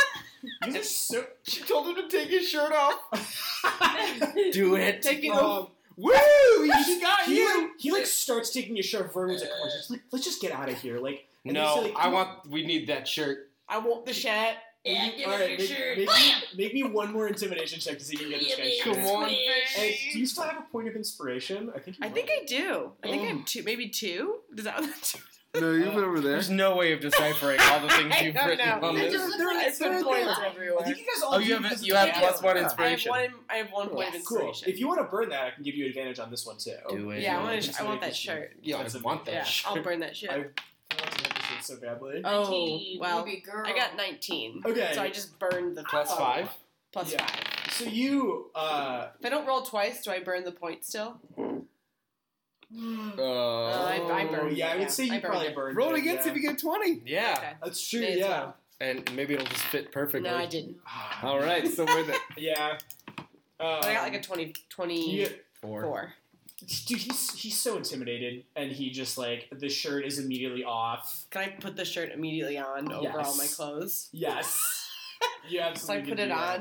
Speaker 2: These are so.
Speaker 1: She told him to take his shirt off.
Speaker 6: Do it.
Speaker 4: Take it off.
Speaker 2: Um,
Speaker 1: Woo! She got
Speaker 2: he,
Speaker 1: you.
Speaker 2: like, he like starts taking your shirt off. Vernon's like, "Come on, just, like, let's just get out of here. Like, and they say,
Speaker 6: No,
Speaker 2: like,
Speaker 6: I want. We need that shirt.
Speaker 4: I want the shirt.
Speaker 7: Yeah,
Speaker 2: Maybe-
Speaker 7: give
Speaker 2: all
Speaker 7: us
Speaker 2: right,
Speaker 7: your
Speaker 2: make,
Speaker 7: shirt.
Speaker 2: Make,
Speaker 7: Blam!
Speaker 2: make me one more intimidation check to see if you can get this guy's
Speaker 7: Yeah,
Speaker 2: shirt.
Speaker 7: man.
Speaker 6: Come on,
Speaker 7: Squish.
Speaker 2: Hey, do you still have a point of inspiration? I think. You
Speaker 4: I
Speaker 2: might.
Speaker 4: think I do. I think I have two, maybe two. Does that
Speaker 1: No,
Speaker 2: you've been
Speaker 1: over
Speaker 6: There's no way of deciphering all the things
Speaker 4: I
Speaker 6: you've
Speaker 4: don't
Speaker 6: written
Speaker 4: know.
Speaker 6: on
Speaker 4: I
Speaker 6: this.
Speaker 4: just look like it's been points everywhere.
Speaker 2: I think you guys all
Speaker 6: Oh,
Speaker 2: do
Speaker 6: you have
Speaker 2: because
Speaker 6: you
Speaker 2: it's
Speaker 6: have
Speaker 2: a
Speaker 4: Yeah.
Speaker 6: plus one
Speaker 2: Yeah.
Speaker 4: I have
Speaker 6: inspiration.
Speaker 4: one. I have one point of
Speaker 3: Yes.
Speaker 2: Cool.
Speaker 4: inspiration.
Speaker 2: If you want to burn that, I can give you advantage on this one too.
Speaker 6: Do it.
Speaker 4: Yeah, I want,
Speaker 2: It's
Speaker 4: to, I want
Speaker 2: really
Speaker 4: that shirt.
Speaker 6: Yeah, I
Speaker 2: That's
Speaker 6: want that
Speaker 4: Yeah,
Speaker 6: shirt.
Speaker 4: I'll burn that shit.
Speaker 2: I want to have Oh, this shit so badly.
Speaker 4: oh,
Speaker 9: 19.
Speaker 4: well,
Speaker 3: Maybe girl.
Speaker 4: I got 19.
Speaker 2: Okay.
Speaker 4: So I just burned the oh,
Speaker 6: Plus five.
Speaker 4: Plus
Speaker 2: Yeah.
Speaker 4: five.
Speaker 2: So you, uh,
Speaker 4: If I don't roll twice, do I burn the point still?
Speaker 1: Uh,
Speaker 4: Oh, I- I burned
Speaker 2: oh, yeah, I
Speaker 4: it,
Speaker 2: would
Speaker 4: yeah.
Speaker 2: say you
Speaker 4: I burned
Speaker 2: probably
Speaker 4: it.
Speaker 2: burned.
Speaker 1: Roll
Speaker 2: it,
Speaker 1: again,
Speaker 2: yeah.
Speaker 1: see if you get twenty.
Speaker 6: Yeah,
Speaker 4: Okay.
Speaker 2: That's true.
Speaker 4: May as
Speaker 2: yeah.
Speaker 4: well.
Speaker 6: and maybe it'll just fit perfectly.
Speaker 4: No, I didn't.
Speaker 1: All right, so worth it.
Speaker 2: Yeah. Um,
Speaker 4: But Ah. I got like a 20,
Speaker 2: you
Speaker 4: 24.
Speaker 2: get- dude, he's he's so intimidated, and he just like the shirt is immediately off.
Speaker 4: Can I put the shirt immediately on over all my
Speaker 2: Yes.
Speaker 4: clothes?
Speaker 2: Yes. You
Speaker 4: So I
Speaker 2: absolutely
Speaker 4: put
Speaker 2: can
Speaker 4: it
Speaker 2: do that.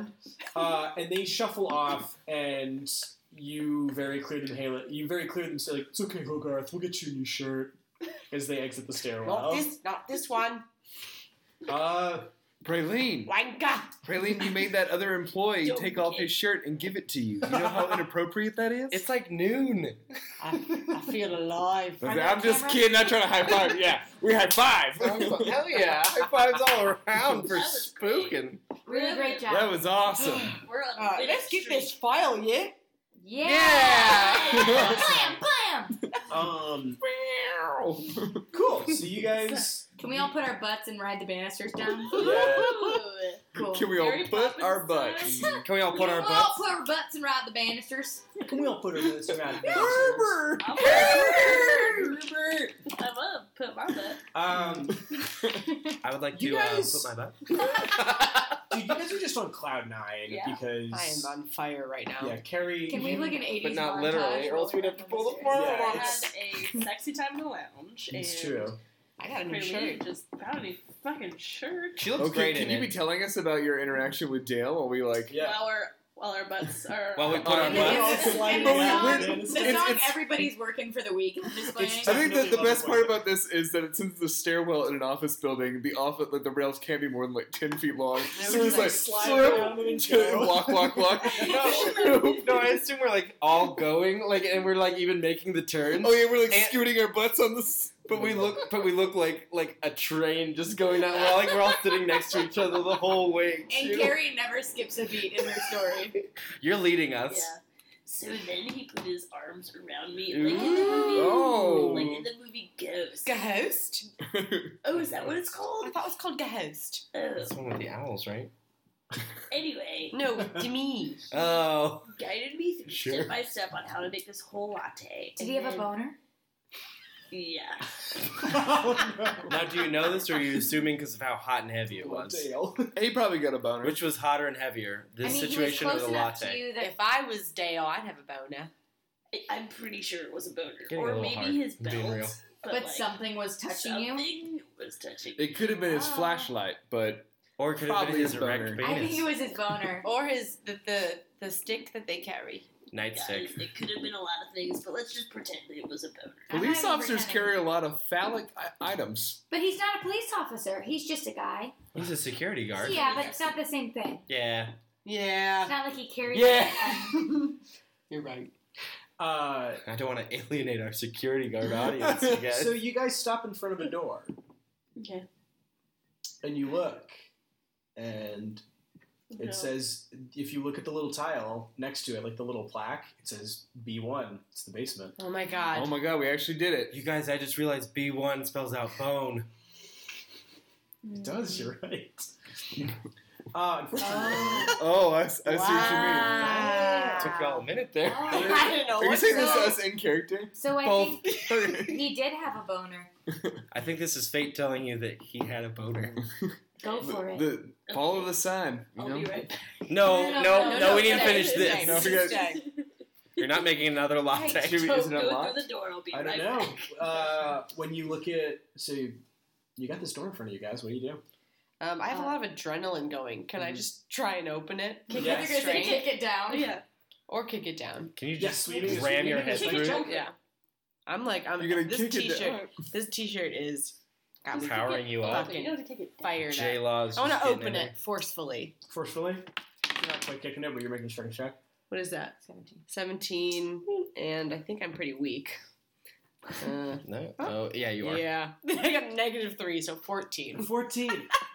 Speaker 4: on.
Speaker 2: uh, and they shuffle off, and you very clearly inhale it. You very clearly say, like, "It's okay, Hogarth. We'll get you a new shirt." As they exit the
Speaker 4: Not
Speaker 2: stairwell,
Speaker 4: this, not this one.
Speaker 2: uh,
Speaker 1: Praline.
Speaker 4: Wanka.
Speaker 1: Praline, you made that other employee
Speaker 4: Don't
Speaker 1: take off his shirt and give it to you. You know how inappropriate that is? It's like noon.
Speaker 4: I feel alive.
Speaker 11: I'm just kidding. I'm trying to high five. Yeah, we high five.
Speaker 6: Hell Oh, yeah! High fives all around for spooking.
Speaker 10: Really great job.
Speaker 6: That was awesome.
Speaker 10: We're on
Speaker 4: All right, Uh, let's get this file, yeah?
Speaker 10: Yeah.
Speaker 6: Yeah.
Speaker 10: blam, blam.
Speaker 2: Um, cool. So you guys,
Speaker 10: Can we all put our butts and ride the banisters down?
Speaker 2: yeah,
Speaker 10: Ooh, cool.
Speaker 1: Can we all
Speaker 9: Mary
Speaker 1: put our butts?
Speaker 9: Poppins
Speaker 6: Can we all put our
Speaker 10: We'll all
Speaker 6: butts?
Speaker 10: put our butts and ride the banisters.
Speaker 2: can we all put her in this round?
Speaker 9: I'm gonna I'm gonna put my butt.
Speaker 2: Um,
Speaker 6: I would like
Speaker 2: You
Speaker 6: to uh,
Speaker 2: guys-
Speaker 6: put my butt.
Speaker 2: dude, you guys are just on cloud nine
Speaker 3: Yeah.
Speaker 2: because
Speaker 4: I am on fire right now.
Speaker 2: yeah, Carrie.
Speaker 10: Can we look an 80s
Speaker 6: But not
Speaker 10: montage
Speaker 6: literally, or
Speaker 10: while
Speaker 6: else we'd
Speaker 10: we're
Speaker 6: have to
Speaker 10: up
Speaker 6: pull the
Speaker 10: on
Speaker 6: floor
Speaker 2: Yeah,
Speaker 6: along.
Speaker 9: Had a sexy time in the lounge.
Speaker 2: It's
Speaker 9: and
Speaker 2: true.
Speaker 4: I got a new
Speaker 9: Really
Speaker 4: shirt.
Speaker 9: just found a new fucking shirt.
Speaker 6: She looks
Speaker 1: Okay,
Speaker 6: great
Speaker 1: can
Speaker 6: in
Speaker 1: you
Speaker 6: it.
Speaker 1: be telling us about your interaction with Dale while we like?
Speaker 2: Yeah.
Speaker 9: While our while our butts are
Speaker 6: While we put
Speaker 1: Uh,
Speaker 6: our
Speaker 10: And then
Speaker 6: butts.
Speaker 10: it's- and
Speaker 1: But we-
Speaker 10: the
Speaker 1: we're-
Speaker 10: song- The
Speaker 1: it's-
Speaker 10: song
Speaker 1: it's-
Speaker 10: Everybody's Working for the Week is playing.
Speaker 1: I think that the
Speaker 2: Definitely
Speaker 1: best part
Speaker 2: love
Speaker 1: about this is that since the stairwell in an office building, the office like the rails can't be more than like ten feet long. So
Speaker 2: we
Speaker 1: he's like
Speaker 2: just, like, slide
Speaker 1: slip,
Speaker 2: down and
Speaker 1: and
Speaker 2: go.
Speaker 1: walk, walk, walk.
Speaker 6: No, no, I assume we're like all going, like, and we're like even making the turns.
Speaker 1: Oh yeah, we're like
Speaker 6: And-
Speaker 1: scooting our butts on this.
Speaker 6: But we look, but we look like like a train just going out. We're all, like we're all sitting next to each other the whole way.
Speaker 10: And
Speaker 6: too.
Speaker 10: Carrie never skips a beat in her story.
Speaker 6: You're leading us.
Speaker 7: Yeah. So then he put his arms around me, like in the movie,
Speaker 6: Oh.
Speaker 1: Ooh.
Speaker 7: like in the movie Ghost.
Speaker 4: Gehost?
Speaker 7: Oh, is that what it's
Speaker 4: I
Speaker 7: called?
Speaker 4: thought it was called Gehost.
Speaker 7: Oh.
Speaker 6: That's one with the owls, right?
Speaker 7: Anyway,
Speaker 4: No, Demi.
Speaker 6: Oh,
Speaker 7: guided me through
Speaker 6: Sure.
Speaker 7: step by step on how to make this whole latte.
Speaker 10: Did he
Speaker 7: And
Speaker 10: have a
Speaker 7: then-
Speaker 10: boner?
Speaker 7: Yeah.
Speaker 6: now do you know this, or are you assuming because of how hot and heavy it was?
Speaker 2: Dale.
Speaker 1: He probably got a boner.
Speaker 6: Which was hotter and heavier, this
Speaker 10: I mean,
Speaker 6: situation
Speaker 10: he
Speaker 6: or
Speaker 10: was
Speaker 6: the
Speaker 10: close enough to
Speaker 6: latte?
Speaker 10: you that
Speaker 4: If I was Dale, I'd have a boner.
Speaker 7: I- I'm pretty sure it was a boner,
Speaker 6: Getting a
Speaker 7: or
Speaker 6: little
Speaker 7: maybe
Speaker 6: hard,
Speaker 7: his
Speaker 6: I'm being real.
Speaker 7: belt. But,
Speaker 10: but
Speaker 7: like,
Speaker 10: something was touching you.
Speaker 7: something was touching.
Speaker 1: it could have been his
Speaker 10: Ah.
Speaker 1: flashlight, but
Speaker 6: Or could it have been
Speaker 1: Probably
Speaker 6: his
Speaker 1: a
Speaker 6: erect
Speaker 1: boner.
Speaker 10: I think it
Speaker 6: penis?
Speaker 10: was his boner.
Speaker 4: Or his the, the the stick that they carry.
Speaker 7: Guys,
Speaker 6: Nightstick.
Speaker 7: it could have been a lot of things, but let's just pretend that it was a boner.
Speaker 10: I'm not
Speaker 1: police
Speaker 10: even
Speaker 1: officers
Speaker 10: pretending.
Speaker 1: carry a lot of phallic I- items.
Speaker 10: But he's not a police officer. He's just a guy.
Speaker 6: He's a security guard.
Speaker 10: Yeah, but it's not the same thing.
Speaker 6: Yeah.
Speaker 10: It's
Speaker 4: Yeah.
Speaker 10: not like he carries.
Speaker 6: Yeah.
Speaker 4: You're right.
Speaker 2: Uh,
Speaker 6: I don't want to alienate our security guard audience, you guys.
Speaker 2: so you guys stop in front of a door
Speaker 7: Okay.
Speaker 2: and you look, and It
Speaker 7: No.
Speaker 2: says if you look at the little tile next to it, like the little plaque, it says B one. It's the basement.
Speaker 4: Oh my god.
Speaker 1: Oh my god, we actually did it.
Speaker 6: you guys, I just realized B1 spells out bone.
Speaker 2: It does. You're right. Uh, unfortunately,
Speaker 4: Oh.
Speaker 1: Oh, I, s- I see what you mean.
Speaker 4: Wow.
Speaker 6: Took y'all a minute there.
Speaker 10: I
Speaker 4: don't know.
Speaker 1: Are you
Speaker 4: what's
Speaker 1: saying this
Speaker 4: wrong.
Speaker 1: to us in character?
Speaker 10: So I
Speaker 6: Both.
Speaker 10: think he did have a boner.
Speaker 6: I think this is fate telling you that he had a boner.
Speaker 10: Go
Speaker 1: The-
Speaker 10: for it.
Speaker 1: the- follow the sign. You
Speaker 7: I'll
Speaker 1: know?
Speaker 7: be right back.
Speaker 6: No, no, no,
Speaker 10: No, no, no,
Speaker 4: no,
Speaker 6: we need to
Speaker 4: stay,
Speaker 6: finish
Speaker 4: stay,
Speaker 6: this.
Speaker 1: No, we got-
Speaker 6: You're not making another latte.
Speaker 1: Should we-
Speaker 7: Don't
Speaker 1: is it
Speaker 7: go
Speaker 1: unlocked?
Speaker 7: through the door. I'll be
Speaker 2: I don't
Speaker 7: right
Speaker 2: know.
Speaker 7: back.
Speaker 2: Uh, when you look at so, you, you got this door in front of you guys. What do you do?
Speaker 4: Um, I have a lot of adrenaline going. Can I
Speaker 1: Mm-hmm.
Speaker 2: Mhm.
Speaker 4: just try and open it?
Speaker 10: Kick
Speaker 2: Yeah,
Speaker 10: it, you're gonna say
Speaker 4: straight.
Speaker 10: kick it
Speaker 9: Oh,
Speaker 10: down.
Speaker 7: Yeah.
Speaker 4: Or kick it down?
Speaker 6: Can you
Speaker 2: Yes,
Speaker 6: just
Speaker 2: we do.
Speaker 6: ram your head
Speaker 7: Kick it
Speaker 6: through?
Speaker 7: down.
Speaker 4: Yeah. I'm like, I'm
Speaker 1: You're gonna
Speaker 4: this
Speaker 1: kick it
Speaker 4: t-shirt.
Speaker 1: down.
Speaker 4: This t-shirt is got me
Speaker 6: Powering you up.
Speaker 7: Okay, you don't have to take it. down.
Speaker 4: fired
Speaker 6: J
Speaker 4: up.
Speaker 6: Law's.
Speaker 4: I want to open it forcefully.
Speaker 2: Forcefully, you're not quite kicking it, but you're making a strength check.
Speaker 4: What is that? 17, and I think I'm pretty weak. Uh,
Speaker 6: No. Oh, yeah, you are.
Speaker 4: Yeah. I got negative three, so 14.
Speaker 2: Fourteen.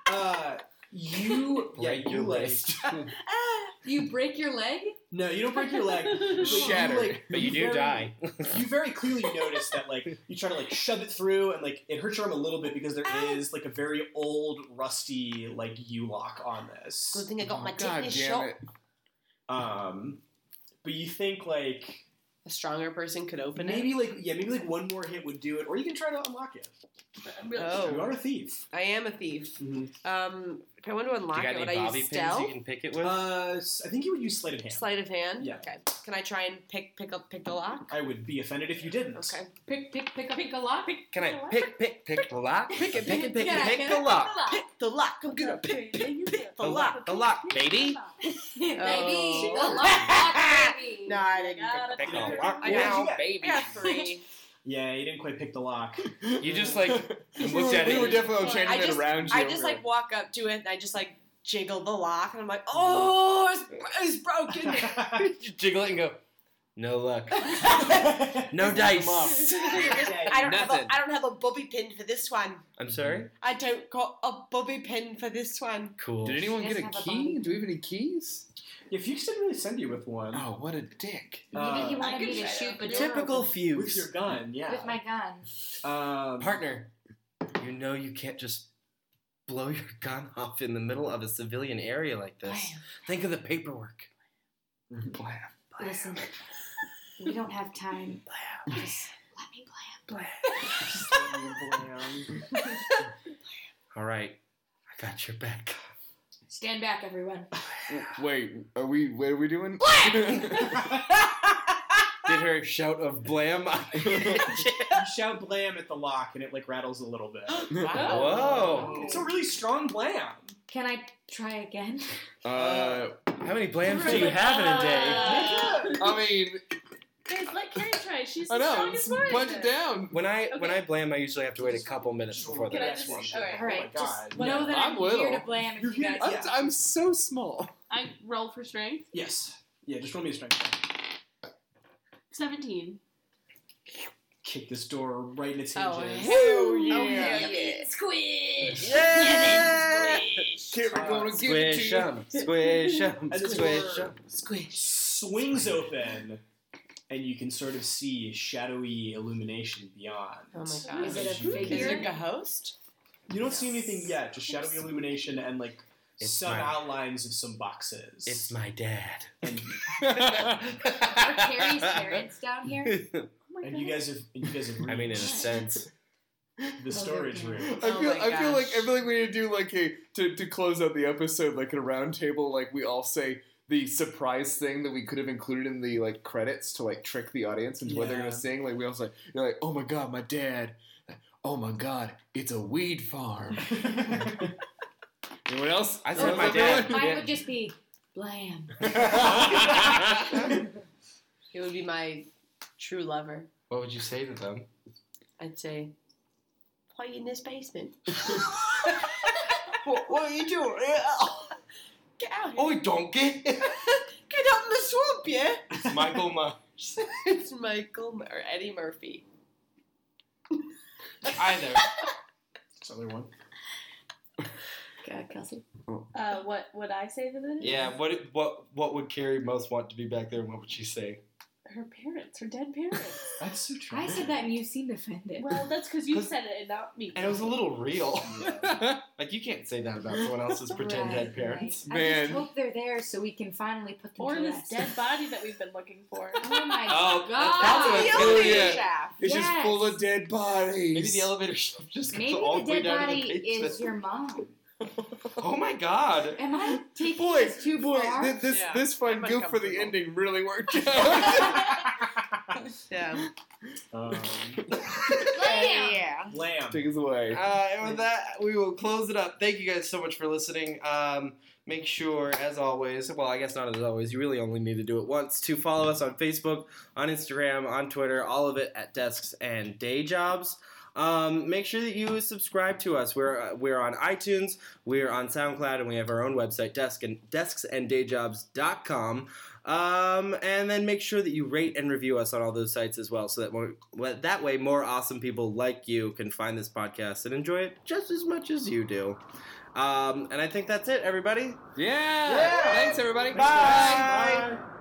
Speaker 2: Uh, you yeah,
Speaker 6: Break
Speaker 2: you
Speaker 6: your
Speaker 2: like
Speaker 6: wrist.
Speaker 10: You break your leg?
Speaker 2: no, you don't break your leg. but
Speaker 1: Shattered.
Speaker 2: You, like,
Speaker 6: But you do
Speaker 2: very-
Speaker 6: die.
Speaker 2: you very clearly notice that like you try to like shove it through and like it hurts your arm a little bit because there is like a very old rusty like U lock on
Speaker 4: Good
Speaker 2: this.
Speaker 4: thing I got my
Speaker 1: Oh,
Speaker 6: Oh,
Speaker 1: God
Speaker 4: tetanus
Speaker 1: damn
Speaker 4: shot.
Speaker 1: it.
Speaker 2: Um, but you think like
Speaker 4: A stronger person could open
Speaker 2: maybe
Speaker 4: it.
Speaker 2: like yeah maybe like one more hit would do it, or you can try to unlock it.
Speaker 7: I'm really
Speaker 4: Oh.
Speaker 2: You are a thief.
Speaker 4: I am a thief.
Speaker 2: Mhm.
Speaker 4: Um, if I want to
Speaker 6: Mm-hmm. You
Speaker 4: unlock
Speaker 6: got
Speaker 4: it, would
Speaker 6: any
Speaker 4: I
Speaker 6: bobby
Speaker 4: use
Speaker 6: pins
Speaker 4: stealth?
Speaker 6: you can pick it with?
Speaker 2: Uh, s- I think you would use sleight of hand.
Speaker 4: Sleight of hand?
Speaker 2: Yeah.
Speaker 4: Okay. Can I try and pick pick up pick the lock?
Speaker 2: I would be offended if you didn't.
Speaker 4: Okay.
Speaker 10: Pick, pick, pick up, pick a lock.
Speaker 6: Can I pick, pick, pick the lock? Pick it, pick it, pick
Speaker 10: Yeah,
Speaker 6: it, pick
Speaker 10: can
Speaker 6: the
Speaker 10: I
Speaker 6: lock.
Speaker 10: Pick
Speaker 4: the lock. I'm
Speaker 7: gonna pick, pick, pick
Speaker 6: The lock, the lock, baby.
Speaker 10: the lock. Baby, the
Speaker 4: Oh.
Speaker 10: lock, lock, baby.
Speaker 4: No, I didn't.
Speaker 7: Gotta
Speaker 4: pick
Speaker 6: Pick
Speaker 4: the
Speaker 6: the
Speaker 4: lock.
Speaker 6: lock
Speaker 4: I got
Speaker 6: now,
Speaker 2: you.
Speaker 6: baby.
Speaker 4: I got three.
Speaker 2: Yeah, you didn't quite pick the lock.
Speaker 6: You just like
Speaker 1: We
Speaker 6: looked
Speaker 1: were-
Speaker 6: at
Speaker 1: we
Speaker 6: it.
Speaker 1: were definitely
Speaker 4: I
Speaker 1: changing
Speaker 4: just-
Speaker 1: it around you.
Speaker 4: I just like walk up to it and I just like jiggle the lock and I'm like, oh, it's, it's broken.
Speaker 6: you jiggle it and go, no luck, no dice.
Speaker 4: I don't have
Speaker 6: Nothing.
Speaker 4: a I don't have a bobby pin for this one.
Speaker 6: I'm sorry.
Speaker 4: I don't got a bobby pin for this one.
Speaker 6: Cool.
Speaker 1: Did anyone
Speaker 4: She
Speaker 1: get a
Speaker 4: doesn't have a
Speaker 1: key? Do we have any keys?
Speaker 2: Yeah, Fuchs didn't really send you with one.
Speaker 1: Oh, what a dick!
Speaker 10: Maybe he
Speaker 2: Uh,
Speaker 10: wanted
Speaker 7: I
Speaker 10: me
Speaker 7: can
Speaker 10: to
Speaker 7: try
Speaker 10: shoot
Speaker 7: that.
Speaker 10: the door
Speaker 6: Typical
Speaker 10: open
Speaker 6: Fuchs.
Speaker 2: with your gun, yeah.
Speaker 10: with my gun.
Speaker 2: um,
Speaker 6: partner, you know you can't just blow your gun off in the middle of a civilian area like this. Think of the paperwork.
Speaker 1: Blam.
Speaker 10: Listen, we don't have time. Just let me
Speaker 6: All right, I got your back.
Speaker 3: Stand back, everyone.
Speaker 1: Wait, are we? What are we doing?
Speaker 6: Did her shout of blam?
Speaker 2: you shout blam at the lock and it like rattles a little bit.
Speaker 4: Oh,
Speaker 6: Whoa!
Speaker 2: It's a really strong blam.
Speaker 10: Can I try again?
Speaker 1: Uh,
Speaker 6: How many blams do you have in a day?
Speaker 1: I mean,
Speaker 9: Guys, let Carrie try. She's
Speaker 1: I
Speaker 9: the
Speaker 1: know.
Speaker 9: strongest one.
Speaker 1: Punch it down.
Speaker 6: When I when I blam, I usually have to wait a couple minutes before the
Speaker 9: Can I
Speaker 6: next
Speaker 9: just-
Speaker 6: one.
Speaker 9: all right.
Speaker 10: All right,
Speaker 2: Oh my
Speaker 10: just
Speaker 2: God.
Speaker 10: know that
Speaker 1: I'm
Speaker 10: I'm,
Speaker 1: little.
Speaker 10: here to blame if you guys.
Speaker 1: I'm, I'm so small.
Speaker 9: I roll for strength.
Speaker 2: Yes. Yeah, just roll me a strength. check.
Speaker 9: Seventeen.
Speaker 2: Kick this door right in its hinges.
Speaker 4: Oh,
Speaker 1: Woo!
Speaker 4: yeah.
Speaker 7: Squish!
Speaker 1: Yeah!
Speaker 7: Squish!
Speaker 1: Here we go to give it to
Speaker 6: Squish
Speaker 1: you.
Speaker 6: 'em, squish 'em,
Speaker 2: And the
Speaker 6: squish
Speaker 2: door
Speaker 6: 'em.
Speaker 2: swings open, and you can sort of see shadowy illumination beyond.
Speaker 4: Oh my god.
Speaker 3: Is
Speaker 4: Is
Speaker 3: it
Speaker 4: it
Speaker 3: a figure?
Speaker 4: a ghost?
Speaker 2: You don't see anything yet, just shadowy illumination and like
Speaker 6: It's
Speaker 2: some
Speaker 6: mine.
Speaker 2: outlines of some boxes.
Speaker 6: It's my dad.
Speaker 2: and,
Speaker 10: Are Carrie's parents down here? Oh
Speaker 2: and you guys have and you guys have
Speaker 6: I mean, in a
Speaker 2: reached
Speaker 6: sense,
Speaker 2: the storage room.
Speaker 1: I
Speaker 4: Oh
Speaker 1: feel,
Speaker 4: my
Speaker 1: I feel like
Speaker 4: gosh.
Speaker 1: I feel like we need to do like a to, to close out the episode like at a round table like we all say the surprise thing that we could have included in the like credits to like trick the audience into what they're gonna
Speaker 2: Yeah.
Speaker 1: sing like we all say you're like oh my god my dad oh my god it's a weed farm anyone else
Speaker 6: I
Speaker 1: Oh,
Speaker 6: said my
Speaker 1: is
Speaker 6: dad.
Speaker 1: that
Speaker 10: Mine
Speaker 6: Yeah.
Speaker 10: would just be blam.
Speaker 4: It would be my true lover.
Speaker 6: What would you say to them?
Speaker 4: I'd say, Why are you in this basement? what, are you doing? Get out here.
Speaker 6: Oi, donkey!
Speaker 4: Get up in the swamp, yeah?
Speaker 6: Michael Myers.
Speaker 4: it's Michael Mur- or Eddie Murphy.
Speaker 6: Either.
Speaker 2: This other one.
Speaker 10: God, Kelsey.
Speaker 9: Uh, what would I say to them?
Speaker 6: Yeah. What what what would Carrie most want to be back there, and what would she say?
Speaker 9: Her parents, her dead parents.
Speaker 2: That's so true.
Speaker 10: I said that and you seemed offended.
Speaker 9: well, that's because you
Speaker 6: 'Cause-
Speaker 9: said it and not me.
Speaker 6: And it was a little real. like you can't say that about someone else's pretend
Speaker 10: Right,
Speaker 6: dead parents.
Speaker 10: right. I
Speaker 1: Man.
Speaker 10: just hope they're there so we can finally put them
Speaker 9: Or
Speaker 10: to
Speaker 9: this
Speaker 10: rest.
Speaker 9: dead body that we've been looking for.
Speaker 10: Oh my
Speaker 6: Oh,
Speaker 10: god.
Speaker 6: that's what
Speaker 1: Oh,
Speaker 6: Maybe
Speaker 1: yeah.
Speaker 4: shaft.
Speaker 1: it's just
Speaker 10: Yes.
Speaker 1: full of dead bodies
Speaker 6: Maybe the elevator shaft just goes
Speaker 10: Maybe
Speaker 6: all
Speaker 10: the
Speaker 6: the way
Speaker 10: dead
Speaker 6: down
Speaker 10: body
Speaker 6: to the
Speaker 10: is
Speaker 6: basement.
Speaker 10: your mom.
Speaker 6: Oh my god!
Speaker 10: Am I taking
Speaker 1: Boy,
Speaker 10: this too
Speaker 1: Boy,
Speaker 10: far?
Speaker 1: thi- this
Speaker 4: Yeah.
Speaker 1: this fun
Speaker 4: I'm
Speaker 1: goof for the
Speaker 4: uncomfortable.
Speaker 1: ending really worked out.
Speaker 4: Yeah.
Speaker 2: Um,
Speaker 10: Blam!
Speaker 4: yeah.
Speaker 2: lamb.
Speaker 1: Take us away.
Speaker 6: Uh, and with that, we will close it up. Thank you guys so much for listening. Um, make sure, as always, well, I guess not as always, you really only need to do it once, to follow us on Facebook, on Instagram, on Twitter, all of it at Desks and Day Jobs. Um, make sure that you subscribe to us. We're uh, we're on iTunes, we're on SoundCloud, and we have our own website, desk and desksanddayjobs.com. Um, and then make sure that you rate and review us on all those sites as well, so that more, well, that way more awesome people like you can find this podcast and enjoy it just as much as you do. Um, and I think that's it, everybody.
Speaker 1: Yeah. Thanks, everybody.
Speaker 6: Bye.
Speaker 1: Bye.